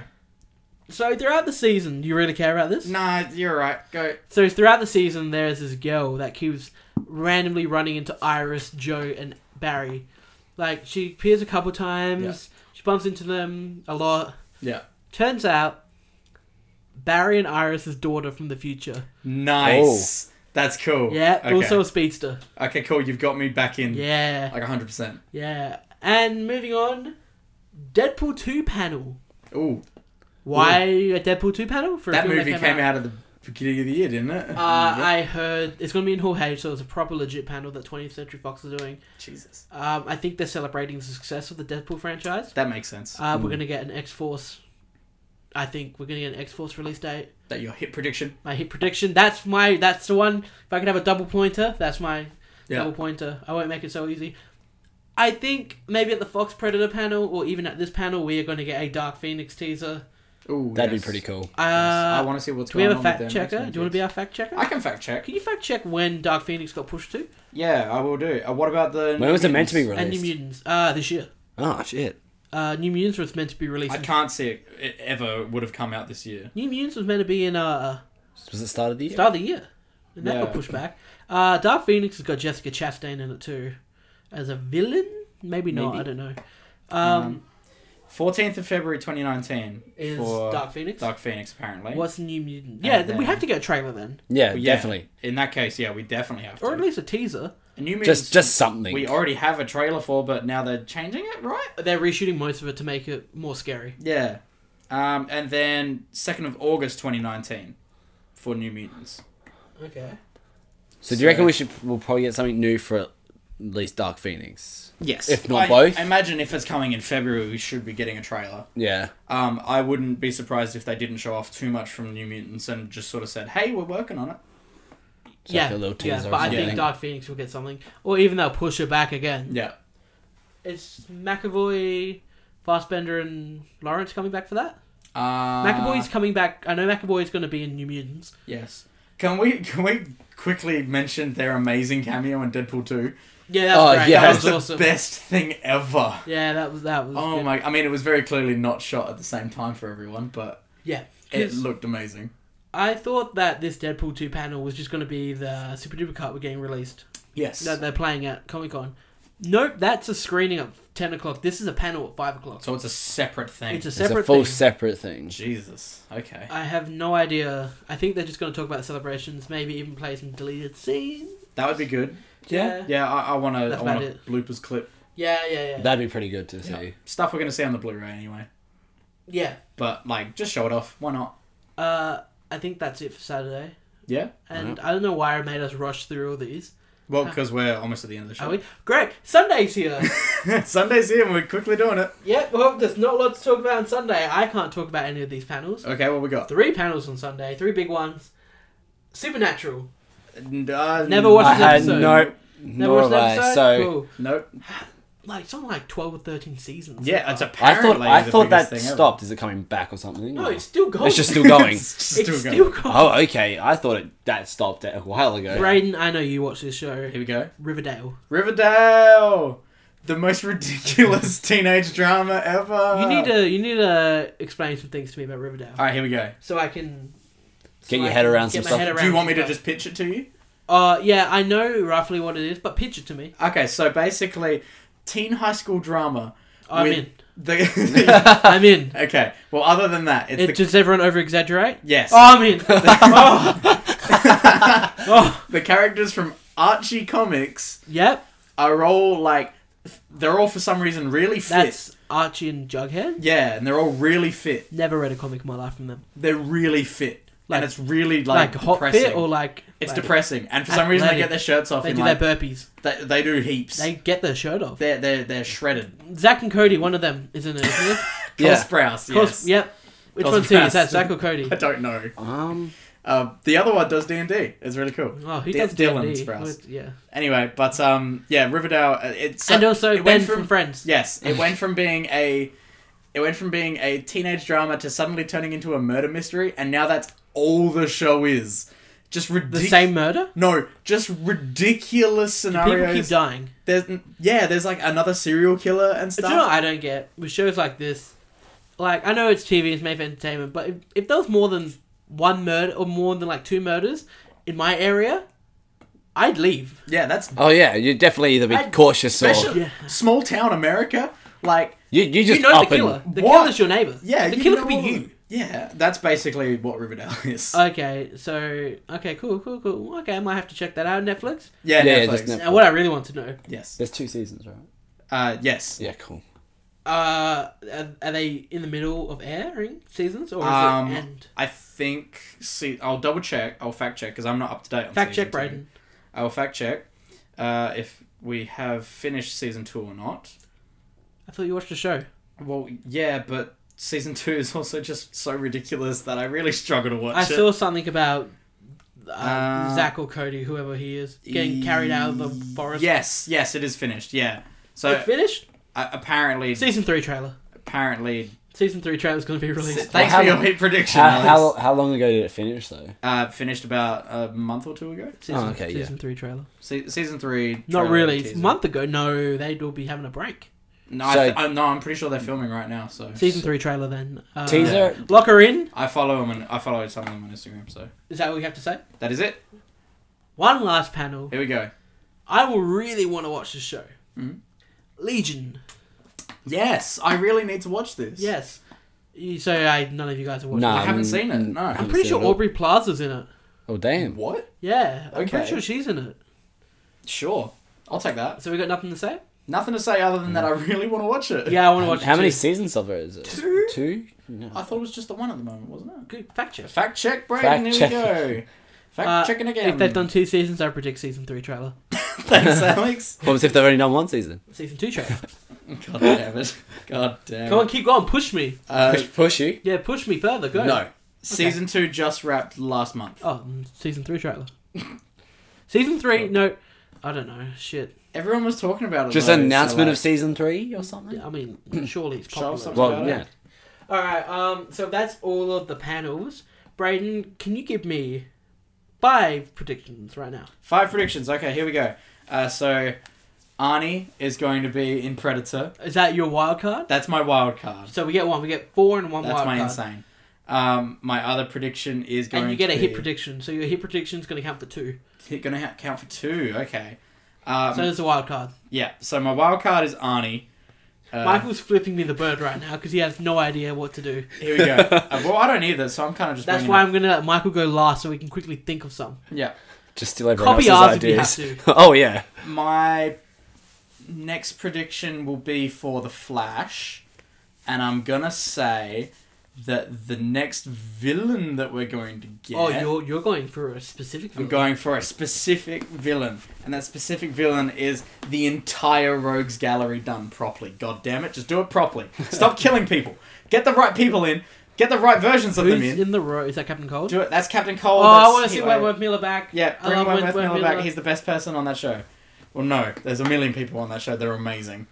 [SPEAKER 1] So throughout the season, do you really care about this?
[SPEAKER 2] Nah, you're right. Go.
[SPEAKER 1] So throughout the season, there's this girl that keeps randomly running into Iris, Joe, and Barry. Like she appears a couple times. She bumps into them a lot.
[SPEAKER 2] Yeah.
[SPEAKER 1] Turns out, Barry and Iris' daughter from the future.
[SPEAKER 2] Nice.
[SPEAKER 3] Oh.
[SPEAKER 2] That's cool.
[SPEAKER 1] Yeah,
[SPEAKER 2] Okay.
[SPEAKER 1] also a speedster.
[SPEAKER 2] okay. Cool. You've got me back in.
[SPEAKER 1] Yeah,
[SPEAKER 2] Like 100. percent
[SPEAKER 1] yeah. And moving on, Deadpool two panel.
[SPEAKER 2] Ooh,
[SPEAKER 1] Why a Deadpool two panel? For a
[SPEAKER 2] that
[SPEAKER 1] film
[SPEAKER 2] movie came out Mm-hmm. at the beginning of the year, didn't [laughs] it?
[SPEAKER 1] Uh, I heard it's gonna be in Hall H, so it's a proper legit panel that 20th Century Fox is doing.
[SPEAKER 2] Jesus.
[SPEAKER 1] Um, I think they're celebrating the success of the Deadpool franchise.
[SPEAKER 2] That makes sense.
[SPEAKER 1] Uh, We're gonna get an X Force. I think we're gonna get an X Force release date.
[SPEAKER 2] that your hit prediction.
[SPEAKER 1] My hit prediction. That's my. That's the one. If I could have a double pointer, that's my
[SPEAKER 2] Yeah.
[SPEAKER 1] double pointer. I won't make it so easy. I think maybe at the Fox Predator panel, or even at this panel, we are going to get a Dark Phoenix teaser.
[SPEAKER 2] Ooh,
[SPEAKER 3] That'd
[SPEAKER 2] yes.
[SPEAKER 3] be pretty cool.
[SPEAKER 1] Uh,
[SPEAKER 2] Yes. I want to see what's
[SPEAKER 1] do we
[SPEAKER 2] going
[SPEAKER 1] have a
[SPEAKER 2] on with
[SPEAKER 1] fact
[SPEAKER 2] them.
[SPEAKER 1] checker? Do you want to be our fact checker?
[SPEAKER 2] I can fact check.
[SPEAKER 1] Can you fact check when Dark Phoenix got pushed to?
[SPEAKER 2] Yeah, I will do. Uh, what about the?
[SPEAKER 3] When was it meant to be
[SPEAKER 2] Mutants?
[SPEAKER 1] And New
[SPEAKER 3] released?
[SPEAKER 1] Mutants. Uh, this year.
[SPEAKER 3] Oh shit!
[SPEAKER 1] Uh, New Mutants was meant to be released.
[SPEAKER 2] I
[SPEAKER 1] in-
[SPEAKER 2] can't see it, it ever would have come out this year.
[SPEAKER 1] New Mutants was meant to be in uh,
[SPEAKER 3] Was it start of the year?
[SPEAKER 1] start of the year, and that
[SPEAKER 2] Yeah.
[SPEAKER 1] got pushed back. Uh, Dark Phoenix has got Jessica Chastain in it too, as a villain. Maybe not.
[SPEAKER 2] Maybe.
[SPEAKER 1] I don't know. Um,
[SPEAKER 2] Fourteenth of February, twenty nineteen,
[SPEAKER 1] is
[SPEAKER 2] for
[SPEAKER 1] Dark Phoenix?
[SPEAKER 2] Dark Phoenix apparently.
[SPEAKER 1] What's New Mutant? Yeah,
[SPEAKER 2] then-
[SPEAKER 1] we have to get a trailer then,
[SPEAKER 3] Yeah,
[SPEAKER 2] Well, yeah,
[SPEAKER 3] definitely.
[SPEAKER 2] In that case, yeah, we definitely have to.
[SPEAKER 1] or at least a teaser.
[SPEAKER 2] And New Mutants,
[SPEAKER 3] Just just something.
[SPEAKER 2] we already have a trailer for, but now they're changing it, right?
[SPEAKER 1] They're reshooting most of it to make it more scary.
[SPEAKER 2] Yeah. Um, and then second of August, twenty nineteen, for New Mutants.
[SPEAKER 1] Okay.
[SPEAKER 3] so do you reckon we should? We'll probably get something new for at least Dark Phoenix.
[SPEAKER 2] Yes,
[SPEAKER 3] If not both.
[SPEAKER 2] imagine if it's coming in February, we should be getting a trailer.
[SPEAKER 3] Yeah.
[SPEAKER 2] Um, I wouldn't be surprised if they didn't show off too much from New Mutants and just sort of said, "Hey, we're working on it."
[SPEAKER 3] So
[SPEAKER 1] yeah,
[SPEAKER 3] like a little
[SPEAKER 1] yeah,
[SPEAKER 3] teaser or
[SPEAKER 1] but I think
[SPEAKER 3] something.
[SPEAKER 1] Dark Phoenix will get something, or even they'll push it back again.
[SPEAKER 2] Yeah.
[SPEAKER 1] It's McAvoy, Fassbender, and Lawrence coming back for that.
[SPEAKER 2] Uh,
[SPEAKER 1] McAvoy's coming back. I know McAvoy's going to be in New Mutants.
[SPEAKER 2] Yes. Can we can we quickly mention their amazing cameo in Deadpool Two?
[SPEAKER 1] Yeah, that
[SPEAKER 3] Oh,
[SPEAKER 1] was great.
[SPEAKER 3] yeah.
[SPEAKER 2] That
[SPEAKER 1] That
[SPEAKER 2] was
[SPEAKER 1] was
[SPEAKER 2] [laughs] the
[SPEAKER 1] awesome.
[SPEAKER 2] best thing ever.
[SPEAKER 1] Yeah, that was that was.
[SPEAKER 2] Oh
[SPEAKER 1] good.
[SPEAKER 2] my! I mean, it was very clearly not shot at the same time for everyone, but
[SPEAKER 1] Yeah,
[SPEAKER 2] it
[SPEAKER 1] 'cause
[SPEAKER 2] looked amazing.
[SPEAKER 1] I thought that this Deadpool two panel was just going to be the Super Duper cut we're getting released
[SPEAKER 2] Yes.
[SPEAKER 1] that they're playing at Comic Con. Nope, that's a screening at ten o'clock. This is a panel at five o'clock.
[SPEAKER 2] so it's a separate thing.
[SPEAKER 1] It's a
[SPEAKER 3] It's
[SPEAKER 1] separate
[SPEAKER 3] a full
[SPEAKER 1] thing.
[SPEAKER 3] separate thing.
[SPEAKER 2] Jesus. Okay.
[SPEAKER 1] I have no idea. I think they're just going to talk about the celebrations. Maybe even play some deleted scenes.
[SPEAKER 2] That would be good.
[SPEAKER 1] Yeah.
[SPEAKER 2] Yeah. I, I want to.
[SPEAKER 1] That's
[SPEAKER 2] I want
[SPEAKER 1] about
[SPEAKER 2] a
[SPEAKER 1] it.
[SPEAKER 2] bloopers clip.
[SPEAKER 1] Yeah, yeah, yeah.
[SPEAKER 3] That'd be pretty good to see.
[SPEAKER 2] Stuff we're gonna see on the Blu-ray anyway.
[SPEAKER 1] yeah.
[SPEAKER 2] But like, just show it off. Why not?
[SPEAKER 1] Uh, I think that's it for Saturday.
[SPEAKER 2] Yeah.
[SPEAKER 1] And I don't know why I made us rush through all these.
[SPEAKER 2] Well, because we're almost at the end of the
[SPEAKER 1] Are
[SPEAKER 2] show.
[SPEAKER 1] we? Great. Sunday's
[SPEAKER 2] [laughs]
[SPEAKER 1] here.
[SPEAKER 2] Sunday's here, and we're quickly doing it.
[SPEAKER 1] yeah, well, there's not a lot to talk about on Sunday. I can't talk about any of these panels.
[SPEAKER 2] Okay. What we got?
[SPEAKER 1] Three panels on Sunday, three big ones. Supernatural.
[SPEAKER 2] And, uh,
[SPEAKER 1] Never watched
[SPEAKER 3] I
[SPEAKER 1] an
[SPEAKER 3] had
[SPEAKER 1] episode.
[SPEAKER 3] no,
[SPEAKER 1] Never
[SPEAKER 3] nor
[SPEAKER 1] watched
[SPEAKER 3] have
[SPEAKER 1] an
[SPEAKER 3] I.
[SPEAKER 1] episode?
[SPEAKER 3] So
[SPEAKER 1] Cool.
[SPEAKER 2] Nope.
[SPEAKER 1] Like, something like 12 or 13 seasons.
[SPEAKER 2] Yeah, it's
[SPEAKER 1] a.
[SPEAKER 3] I
[SPEAKER 2] apparently
[SPEAKER 3] thought I
[SPEAKER 2] the
[SPEAKER 3] thought
[SPEAKER 2] biggest
[SPEAKER 3] that
[SPEAKER 2] thing ever. [laughs]
[SPEAKER 3] stopped. Is it coming back or something?
[SPEAKER 1] No,
[SPEAKER 3] Or-
[SPEAKER 1] it's still going.
[SPEAKER 3] it's
[SPEAKER 1] [laughs]
[SPEAKER 3] just still going.
[SPEAKER 2] It's
[SPEAKER 1] It's
[SPEAKER 2] still going.
[SPEAKER 1] still going.
[SPEAKER 3] oh, okay. I thought it that stopped a while ago.
[SPEAKER 1] Braden, I know you watch this show.
[SPEAKER 2] Here we go.
[SPEAKER 1] Riverdale.
[SPEAKER 2] Riverdale, the
[SPEAKER 1] [laughs]
[SPEAKER 2] most [laughs] ridiculous teenage drama ever.
[SPEAKER 3] Uh,
[SPEAKER 1] You need to you need to explain some things to me about Riverdale,
[SPEAKER 2] All right, here we go.
[SPEAKER 1] so I can so
[SPEAKER 3] Get your
[SPEAKER 1] I
[SPEAKER 3] head
[SPEAKER 1] can
[SPEAKER 3] around
[SPEAKER 1] get
[SPEAKER 3] some
[SPEAKER 1] my
[SPEAKER 3] stuff.
[SPEAKER 1] head
[SPEAKER 2] Do you want me to
[SPEAKER 1] stuff.
[SPEAKER 2] just pitch it to you?
[SPEAKER 1] Uh, yeah, I know roughly what it is, but pitch it to me.
[SPEAKER 2] Okay, so basically, teen high school drama. [laughs]
[SPEAKER 1] I'm
[SPEAKER 2] with
[SPEAKER 1] in. [laughs]
[SPEAKER 2] The
[SPEAKER 1] I'm in.
[SPEAKER 2] okay. Well, other than that, it's
[SPEAKER 1] It,
[SPEAKER 2] the
[SPEAKER 1] does everyone over exaggerate?
[SPEAKER 2] yes.
[SPEAKER 1] Oh,
[SPEAKER 2] [laughs]
[SPEAKER 1] I'm in. oh, [laughs] oh,
[SPEAKER 2] The characters from Archie comics
[SPEAKER 1] yep.
[SPEAKER 2] are all like, they're all for some reason really fit.
[SPEAKER 1] That's Archie and Jughead.
[SPEAKER 2] yeah, and they're all really fit.
[SPEAKER 1] Never read a comic in my life from them.
[SPEAKER 2] They're really fit,
[SPEAKER 1] Like-
[SPEAKER 2] and it's really like,
[SPEAKER 1] Like, hot
[SPEAKER 2] depressing.
[SPEAKER 1] fit or like
[SPEAKER 2] It's
[SPEAKER 1] like,
[SPEAKER 2] depressing, and for some reason they
[SPEAKER 1] athletic.
[SPEAKER 2] get their shirts off.
[SPEAKER 1] They
[SPEAKER 2] and
[SPEAKER 1] do
[SPEAKER 2] like,
[SPEAKER 1] their burpees.
[SPEAKER 2] they, they do heaps.
[SPEAKER 1] They get their shirt off.
[SPEAKER 2] They're they're they're shredded.
[SPEAKER 1] Zach and Cody, one of them, isn't it?
[SPEAKER 2] [laughs]
[SPEAKER 1] Isn't it?
[SPEAKER 3] Yeah.
[SPEAKER 2] Cole Sprouse,
[SPEAKER 1] Cos-
[SPEAKER 2] yes.
[SPEAKER 1] Yep. Which
[SPEAKER 2] Cos
[SPEAKER 1] one's who? Is
[SPEAKER 2] Brass. [laughs]
[SPEAKER 1] that Zach or Cody?
[SPEAKER 2] I don't know.
[SPEAKER 3] Um,
[SPEAKER 2] Um, the other one does D and D. It's really cool.
[SPEAKER 1] Oh, who
[SPEAKER 2] D-
[SPEAKER 1] does
[SPEAKER 2] Dylan
[SPEAKER 1] D&D?
[SPEAKER 2] Sprouse.
[SPEAKER 1] Would- Yeah,
[SPEAKER 2] Anyway, but um, yeah, Riverdale. uh, It's
[SPEAKER 1] and also
[SPEAKER 2] it
[SPEAKER 1] Ben
[SPEAKER 2] went
[SPEAKER 1] from, Friends.
[SPEAKER 2] Yes,
[SPEAKER 1] [laughs]
[SPEAKER 2] it went from being a it went from being a teenage drama to suddenly turning into a murder mystery, and now that's all the show is. Just
[SPEAKER 1] the
[SPEAKER 2] ridiculous.
[SPEAKER 1] same murder.
[SPEAKER 2] No, just ridiculous
[SPEAKER 1] People
[SPEAKER 2] scenarios.
[SPEAKER 1] keep dying.
[SPEAKER 2] there's yeah, there's like another serial killer and
[SPEAKER 1] Do
[SPEAKER 2] stuff.
[SPEAKER 1] you know what I don't get with shows like this? Like I know it's TV, it's made for entertainment, but if, if there was more than one murder or more than like two murders in my area, I'd leave.
[SPEAKER 2] yeah, that's
[SPEAKER 3] Oh yeah, you definitely either be
[SPEAKER 1] I'd-
[SPEAKER 3] cautious or
[SPEAKER 2] special
[SPEAKER 1] Yeah.
[SPEAKER 2] small town America. Like
[SPEAKER 3] you, you
[SPEAKER 1] You
[SPEAKER 3] just
[SPEAKER 1] know
[SPEAKER 3] up
[SPEAKER 1] the killer.
[SPEAKER 3] and
[SPEAKER 1] The
[SPEAKER 2] What?
[SPEAKER 1] killer's your neighbor.
[SPEAKER 2] yeah,
[SPEAKER 1] the
[SPEAKER 2] you
[SPEAKER 1] killer
[SPEAKER 2] know
[SPEAKER 1] could be
[SPEAKER 2] all-
[SPEAKER 1] you. Uh,
[SPEAKER 2] Yeah, that's basically what Riverdale [laughs] is.
[SPEAKER 1] Okay, so okay, cool, cool, cool. Okay, I might have to check that out. Netflix.
[SPEAKER 3] yeah,
[SPEAKER 2] yeah, Netflix.
[SPEAKER 3] just Netflix.
[SPEAKER 1] Now, what I really want to know,
[SPEAKER 2] Yes.
[SPEAKER 3] There's two seasons, right?
[SPEAKER 2] Uh, yes.
[SPEAKER 3] Yeah, cool.
[SPEAKER 1] uh, are, are they in the middle of airing seasons or is
[SPEAKER 2] Um,
[SPEAKER 1] it end?
[SPEAKER 2] I think. See, I'll double check. I'll fact check because I'm not up to date. on
[SPEAKER 1] Fact
[SPEAKER 2] season
[SPEAKER 1] check,
[SPEAKER 2] two.
[SPEAKER 1] Brayden.
[SPEAKER 2] I'll fact check uh, if we have finished season two or not.
[SPEAKER 1] I thought you watched the show.
[SPEAKER 2] Well, yeah, but season two is also just so ridiculous that I really struggle to watch
[SPEAKER 1] I
[SPEAKER 2] it.
[SPEAKER 1] saw something about uh,
[SPEAKER 2] Uh,
[SPEAKER 1] Zach or Cody, whoever he is, getting carried out of the forest.
[SPEAKER 2] Yes, yes, it is finished. Yeah. So
[SPEAKER 1] It's finished.
[SPEAKER 2] uh, apparently,
[SPEAKER 1] Season three trailer.
[SPEAKER 2] apparently,
[SPEAKER 1] Season three trailer is going to be released.
[SPEAKER 2] thanks
[SPEAKER 3] how
[SPEAKER 2] for your
[SPEAKER 3] long-
[SPEAKER 2] hit prediction.
[SPEAKER 3] How, how,
[SPEAKER 2] Alex.
[SPEAKER 3] how long ago did it finish though?
[SPEAKER 2] Uh, finished about a month or two ago.
[SPEAKER 1] Season,
[SPEAKER 3] Oh, okay, yeah.
[SPEAKER 1] season three trailer.
[SPEAKER 2] Se- season three.
[SPEAKER 1] Not
[SPEAKER 2] trailer
[SPEAKER 1] really. It's
[SPEAKER 2] teaser.
[SPEAKER 1] a month ago. No, they'd all be having a break.
[SPEAKER 2] No, I
[SPEAKER 3] So-
[SPEAKER 2] th- I, no, I'm pretty sure they're filming right now. So
[SPEAKER 1] Season three trailer then. Uh,
[SPEAKER 3] Teaser.
[SPEAKER 1] Lock her in.
[SPEAKER 2] I follow them. And I follow some of them on Instagram. So
[SPEAKER 1] Is that what we have to say?
[SPEAKER 2] that is it.
[SPEAKER 1] One last panel.
[SPEAKER 2] Here we go.
[SPEAKER 1] I will really want to watch this show.
[SPEAKER 2] Mhm.
[SPEAKER 1] Legion.
[SPEAKER 2] Yes, I really need to watch this.
[SPEAKER 1] Yes. You, so I, none of you guys have watched
[SPEAKER 3] Nah.
[SPEAKER 2] I
[SPEAKER 1] it.
[SPEAKER 2] haven't
[SPEAKER 3] Um,
[SPEAKER 2] seen it.
[SPEAKER 3] mm,
[SPEAKER 2] No.
[SPEAKER 1] I'm
[SPEAKER 3] haven't
[SPEAKER 1] pretty
[SPEAKER 3] seen
[SPEAKER 1] sure
[SPEAKER 3] it at all.
[SPEAKER 1] Aubrey Plaza's in it.
[SPEAKER 3] Oh damn.
[SPEAKER 2] What?
[SPEAKER 1] Yeah, I'm pretty
[SPEAKER 2] Okay.
[SPEAKER 1] sure she's in it.
[SPEAKER 2] Sure. I'll take that.
[SPEAKER 1] So we got nothing to say?
[SPEAKER 2] Nothing to say other than that I really want to watch it.
[SPEAKER 1] Yeah, I want to watch
[SPEAKER 3] How
[SPEAKER 1] it
[SPEAKER 3] many
[SPEAKER 1] too. Uh,
[SPEAKER 3] seasons of it is it?
[SPEAKER 2] Two.
[SPEAKER 3] Two? No.
[SPEAKER 2] I thought it was just the one at the moment, wasn't it?
[SPEAKER 1] Good fact check.
[SPEAKER 2] Fact check, Brayden.
[SPEAKER 3] Fact
[SPEAKER 2] here
[SPEAKER 3] check.
[SPEAKER 2] we go. Fact
[SPEAKER 1] Uh,
[SPEAKER 2] checking again.
[SPEAKER 1] If they've done two seasons, I predict season three trailer.
[SPEAKER 2] [laughs]
[SPEAKER 1] [laughs]
[SPEAKER 2] Thanks, Alex.
[SPEAKER 3] What was if they've only done one season?
[SPEAKER 1] Season two
[SPEAKER 2] [laughs]
[SPEAKER 1] trailer.
[SPEAKER 2] God damn it. God damn
[SPEAKER 1] Come on,
[SPEAKER 2] it.
[SPEAKER 1] keep going. Push me.
[SPEAKER 2] Uh,
[SPEAKER 3] push, push you.
[SPEAKER 1] Yeah, push me further. Go.
[SPEAKER 2] no. Season 2 just wrapped last month.
[SPEAKER 1] Oh, mm, season three trailer. season three, no. I don't know. Shit.
[SPEAKER 2] Everyone was talking about it.
[SPEAKER 3] Just
[SPEAKER 2] though,
[SPEAKER 3] an announcement
[SPEAKER 2] so,
[SPEAKER 3] of season three or something.
[SPEAKER 1] I mean, surely it's
[SPEAKER 2] Show
[SPEAKER 1] popular.
[SPEAKER 2] something
[SPEAKER 3] Well,
[SPEAKER 2] about
[SPEAKER 3] yeah.
[SPEAKER 2] it.
[SPEAKER 1] All right. Um. So that's all of the panels. Brayden, can you give me five predictions right now?
[SPEAKER 2] Five predictions. Okay, here we go. Uh, so, Arnie is going to be in Predator.
[SPEAKER 1] Is that your wild card?
[SPEAKER 2] That's my wild card.
[SPEAKER 1] So we get one. We get four and one
[SPEAKER 2] That's
[SPEAKER 1] wild
[SPEAKER 2] my
[SPEAKER 1] card.
[SPEAKER 2] insane. Um, my other prediction is going
[SPEAKER 1] And you get
[SPEAKER 2] to
[SPEAKER 1] a hit
[SPEAKER 2] be-
[SPEAKER 1] prediction. So your hit prediction's going to count for two.
[SPEAKER 2] Hit gonna ha- count for two. Okay. Um,
[SPEAKER 1] So there's a wild card.
[SPEAKER 2] yeah. So my wild card is Arnie. Uh,
[SPEAKER 1] Michael's flipping me the bird right now because he has no idea what to do. [laughs]
[SPEAKER 2] Here we go. Uh, well, I don't either, so I'm kind of just.
[SPEAKER 1] That's
[SPEAKER 2] winging
[SPEAKER 1] why
[SPEAKER 2] it.
[SPEAKER 1] I'm going to let Michael go last so we can quickly think of some.
[SPEAKER 2] Yeah.
[SPEAKER 3] Just steal everyone
[SPEAKER 1] Copy
[SPEAKER 3] else's
[SPEAKER 1] ours if you
[SPEAKER 3] ideas.
[SPEAKER 1] have
[SPEAKER 4] [laughs]
[SPEAKER 3] oh yeah.
[SPEAKER 2] My next prediction will be for the Flash, and I'm gonna say that the next villain that we're going to get.
[SPEAKER 1] Oh, you're you're going for a specific.
[SPEAKER 2] I'm
[SPEAKER 1] Villain.
[SPEAKER 2] going for a specific villain, and that specific villain is the entire Rogues Gallery done properly. God damn it, just do it properly.
[SPEAKER 1] [laughs]
[SPEAKER 2] Stop killing people. Get the right people in. Get the right versions of
[SPEAKER 1] Who's
[SPEAKER 2] them in.
[SPEAKER 1] in. the row? Is that Captain Cold?
[SPEAKER 2] Do it. That's Captain Cole.
[SPEAKER 1] oh,
[SPEAKER 2] that's
[SPEAKER 1] I want to see
[SPEAKER 2] Hero.
[SPEAKER 1] Wentworth Miller back.
[SPEAKER 2] Yeah,
[SPEAKER 1] I
[SPEAKER 2] bring
[SPEAKER 1] love
[SPEAKER 2] Wentworth
[SPEAKER 1] Wentworth
[SPEAKER 2] Miller back.
[SPEAKER 1] Miller.
[SPEAKER 2] He's the best person on that show. Well, no, there's a million people on that show that are amazing.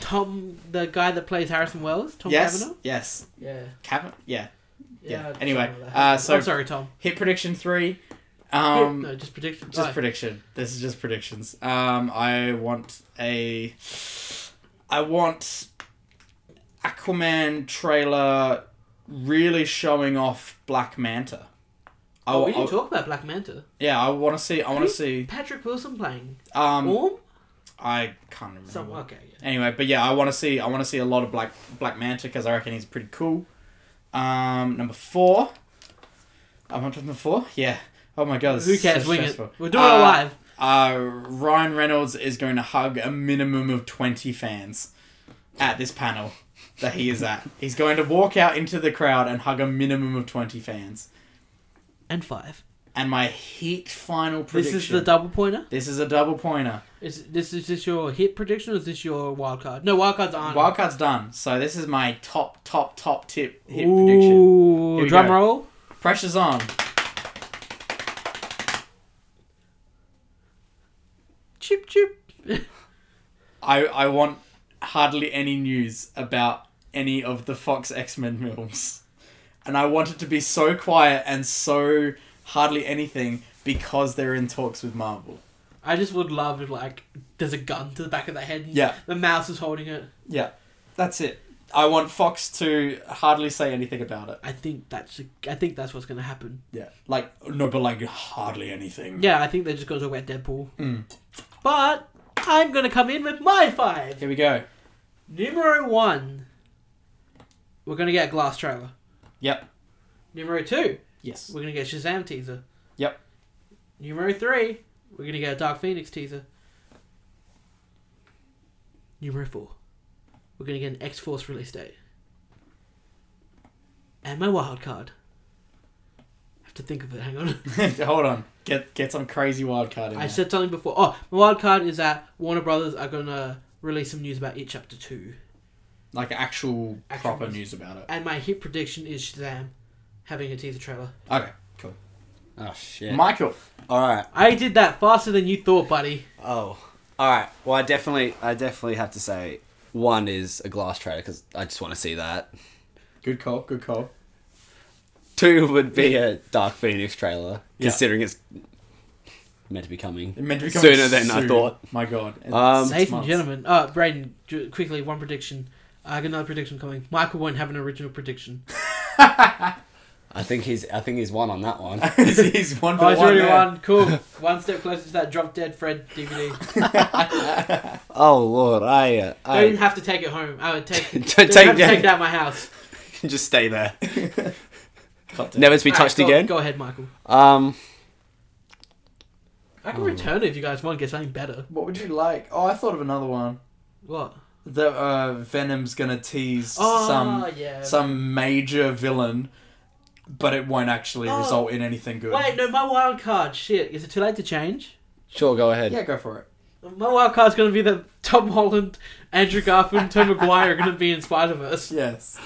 [SPEAKER 1] Tom, the guy that plays Harrison Wells, Tom
[SPEAKER 2] yes,
[SPEAKER 1] Cavanaugh.
[SPEAKER 2] yes,
[SPEAKER 1] Yeah.
[SPEAKER 2] Cavan. Yeah, Yeah,
[SPEAKER 1] I just
[SPEAKER 2] anyway,
[SPEAKER 1] remember that.
[SPEAKER 2] uh, so-
[SPEAKER 1] I'm sorry, Tom.
[SPEAKER 2] hit prediction three.
[SPEAKER 1] Here,
[SPEAKER 2] Um,
[SPEAKER 1] no, just prediction.
[SPEAKER 2] just prediction. This is just predictions. Um, I want a. I want Aquaman trailer really showing off Black Manta. I,
[SPEAKER 1] Oh,
[SPEAKER 2] wa-
[SPEAKER 1] we didn't
[SPEAKER 2] I-
[SPEAKER 1] talk Hmm? about Black Manta.
[SPEAKER 2] yeah, I want to see. I want to
[SPEAKER 1] Who's
[SPEAKER 2] see.
[SPEAKER 1] Patrick Wilson playing
[SPEAKER 2] Um,
[SPEAKER 1] Orm.
[SPEAKER 2] I can't remember.
[SPEAKER 1] Some okay. Yeah.
[SPEAKER 2] Anyway, but yeah, I want to see I want to see a lot of Black Black Manta because I reckon he's pretty cool. Um, number four. I'm on to number four. Yeah. Oh my god. this
[SPEAKER 1] Who
[SPEAKER 2] is so
[SPEAKER 1] cares? Wing it.
[SPEAKER 2] stressful.
[SPEAKER 1] We're doing
[SPEAKER 2] Uh,
[SPEAKER 1] it live.
[SPEAKER 2] Uh, Ryan Reynolds is going to hug a minimum of twenty fans at this panel that he
[SPEAKER 1] [laughs]
[SPEAKER 2] is at. he's going to walk out into the crowd and hug a minimum of twenty fans.
[SPEAKER 1] And five.
[SPEAKER 2] And my heat final
[SPEAKER 1] This
[SPEAKER 2] prediction.
[SPEAKER 1] is the double pointer.
[SPEAKER 2] this is a double pointer.
[SPEAKER 1] Is this is this your hit prediction or is this your wild card? No, wild cards aren't.
[SPEAKER 2] Wildcard's done. So this is my top top top tip hit prediction.
[SPEAKER 1] Ooh,
[SPEAKER 2] Here we
[SPEAKER 1] drum
[SPEAKER 2] go.
[SPEAKER 1] roll.
[SPEAKER 2] Pressure's on.
[SPEAKER 1] Chip chip. [laughs]
[SPEAKER 2] I, I want hardly any news about any of the Fox X Men films. And I want it to be so quiet and so hardly anything because they're in talks with Marvel.
[SPEAKER 1] I just would love if like there's a gun to the back of the head. And
[SPEAKER 2] Yeah.
[SPEAKER 1] The mouse is holding it.
[SPEAKER 2] Yeah, that's it. I want Fox to hardly say anything about it.
[SPEAKER 1] I think that's I think that's what's gonna happen.
[SPEAKER 2] Yeah. Like, no, but like, hardly anything.
[SPEAKER 1] Yeah, I think they're just gonna talk about Deadpool.
[SPEAKER 2] Mm.
[SPEAKER 1] But I'm gonna come in with my five.
[SPEAKER 2] Here we go.
[SPEAKER 1] Numero one. We're gonna get a glass trailer.
[SPEAKER 2] Yep.
[SPEAKER 1] Numero two.
[SPEAKER 2] Yes.
[SPEAKER 1] We're gonna get Shazam teaser.
[SPEAKER 2] Yep.
[SPEAKER 1] Numero three, we're gonna get a Dark Phoenix teaser. Numero four, we're gonna get an X Force release date. And my wild card. I have to think of it. Hang on. [laughs]
[SPEAKER 2] [laughs] Hold on. Get get some crazy wild card in
[SPEAKER 1] I
[SPEAKER 2] there.
[SPEAKER 1] said something before. Oh, my wild card is that Warner Brothers are gonna release some news about it chapter two.
[SPEAKER 2] like actual,
[SPEAKER 1] Actual
[SPEAKER 2] proper
[SPEAKER 1] news.
[SPEAKER 2] news about it.
[SPEAKER 1] And my hit prediction is Shazam having a teaser trailer.
[SPEAKER 2] Okay. Cool.
[SPEAKER 4] Oh shit.
[SPEAKER 2] Michael.
[SPEAKER 3] All right.
[SPEAKER 1] I did that faster than you thought, buddy.
[SPEAKER 4] oh.
[SPEAKER 3] All right.
[SPEAKER 4] Well, I definitely, I definitely have to say, one is a glass trailer because I just want to see that.
[SPEAKER 2] Good call. Good call.
[SPEAKER 4] Two would be a Dark Phoenix trailer,
[SPEAKER 2] Yeah.
[SPEAKER 4] considering it's meant to be coming.
[SPEAKER 2] It meant to be
[SPEAKER 4] Sooner
[SPEAKER 2] coming
[SPEAKER 4] than I
[SPEAKER 2] soon.
[SPEAKER 4] thought.
[SPEAKER 2] My God. It's
[SPEAKER 4] Um,
[SPEAKER 1] Ladies
[SPEAKER 2] six
[SPEAKER 1] and
[SPEAKER 2] months. [laughs]
[SPEAKER 1] gentlemen, uh, Braden, ju- quickly, one prediction. I got another prediction coming. Michael won't have an original prediction.
[SPEAKER 4] I think he's, I think he's won on that
[SPEAKER 1] [laughs]
[SPEAKER 4] one.
[SPEAKER 2] he's, he's one for
[SPEAKER 1] Oh, it's
[SPEAKER 2] one.
[SPEAKER 1] already
[SPEAKER 2] there.
[SPEAKER 1] one. Cool. one step closer to that Drop Dead Fred DVD.
[SPEAKER 4] oh lord, I, uh,
[SPEAKER 1] I didn't
[SPEAKER 4] I
[SPEAKER 1] have to take it home. I would
[SPEAKER 4] [laughs]
[SPEAKER 1] take
[SPEAKER 4] Don't
[SPEAKER 1] it. take,
[SPEAKER 4] take
[SPEAKER 1] have to
[SPEAKER 4] that.
[SPEAKER 1] take it out of my house.
[SPEAKER 4] [laughs] can just stay there,
[SPEAKER 2] Cut it.
[SPEAKER 4] never to be touched
[SPEAKER 1] Alright, go-
[SPEAKER 4] again.
[SPEAKER 1] Go ahead, Michael.
[SPEAKER 4] Um,
[SPEAKER 1] I can return it if you guys want to get something better.
[SPEAKER 2] What would you like? Oh, I thought of another one.
[SPEAKER 1] What?
[SPEAKER 2] The uh, Venom's gonna tease
[SPEAKER 1] Oh,
[SPEAKER 2] some
[SPEAKER 1] yeah.
[SPEAKER 2] some major villain, but it won't actually
[SPEAKER 1] Oh.
[SPEAKER 2] result in anything good.
[SPEAKER 1] Wait, no, my wild card. Shit. Is it too late to change?
[SPEAKER 4] sure, go ahead.
[SPEAKER 2] Yeah, go for it.
[SPEAKER 1] My wild card's going to be that Tom Holland, Andrew Garfield, and Tom McGuire are going to be in Spider Verse.
[SPEAKER 2] Yes.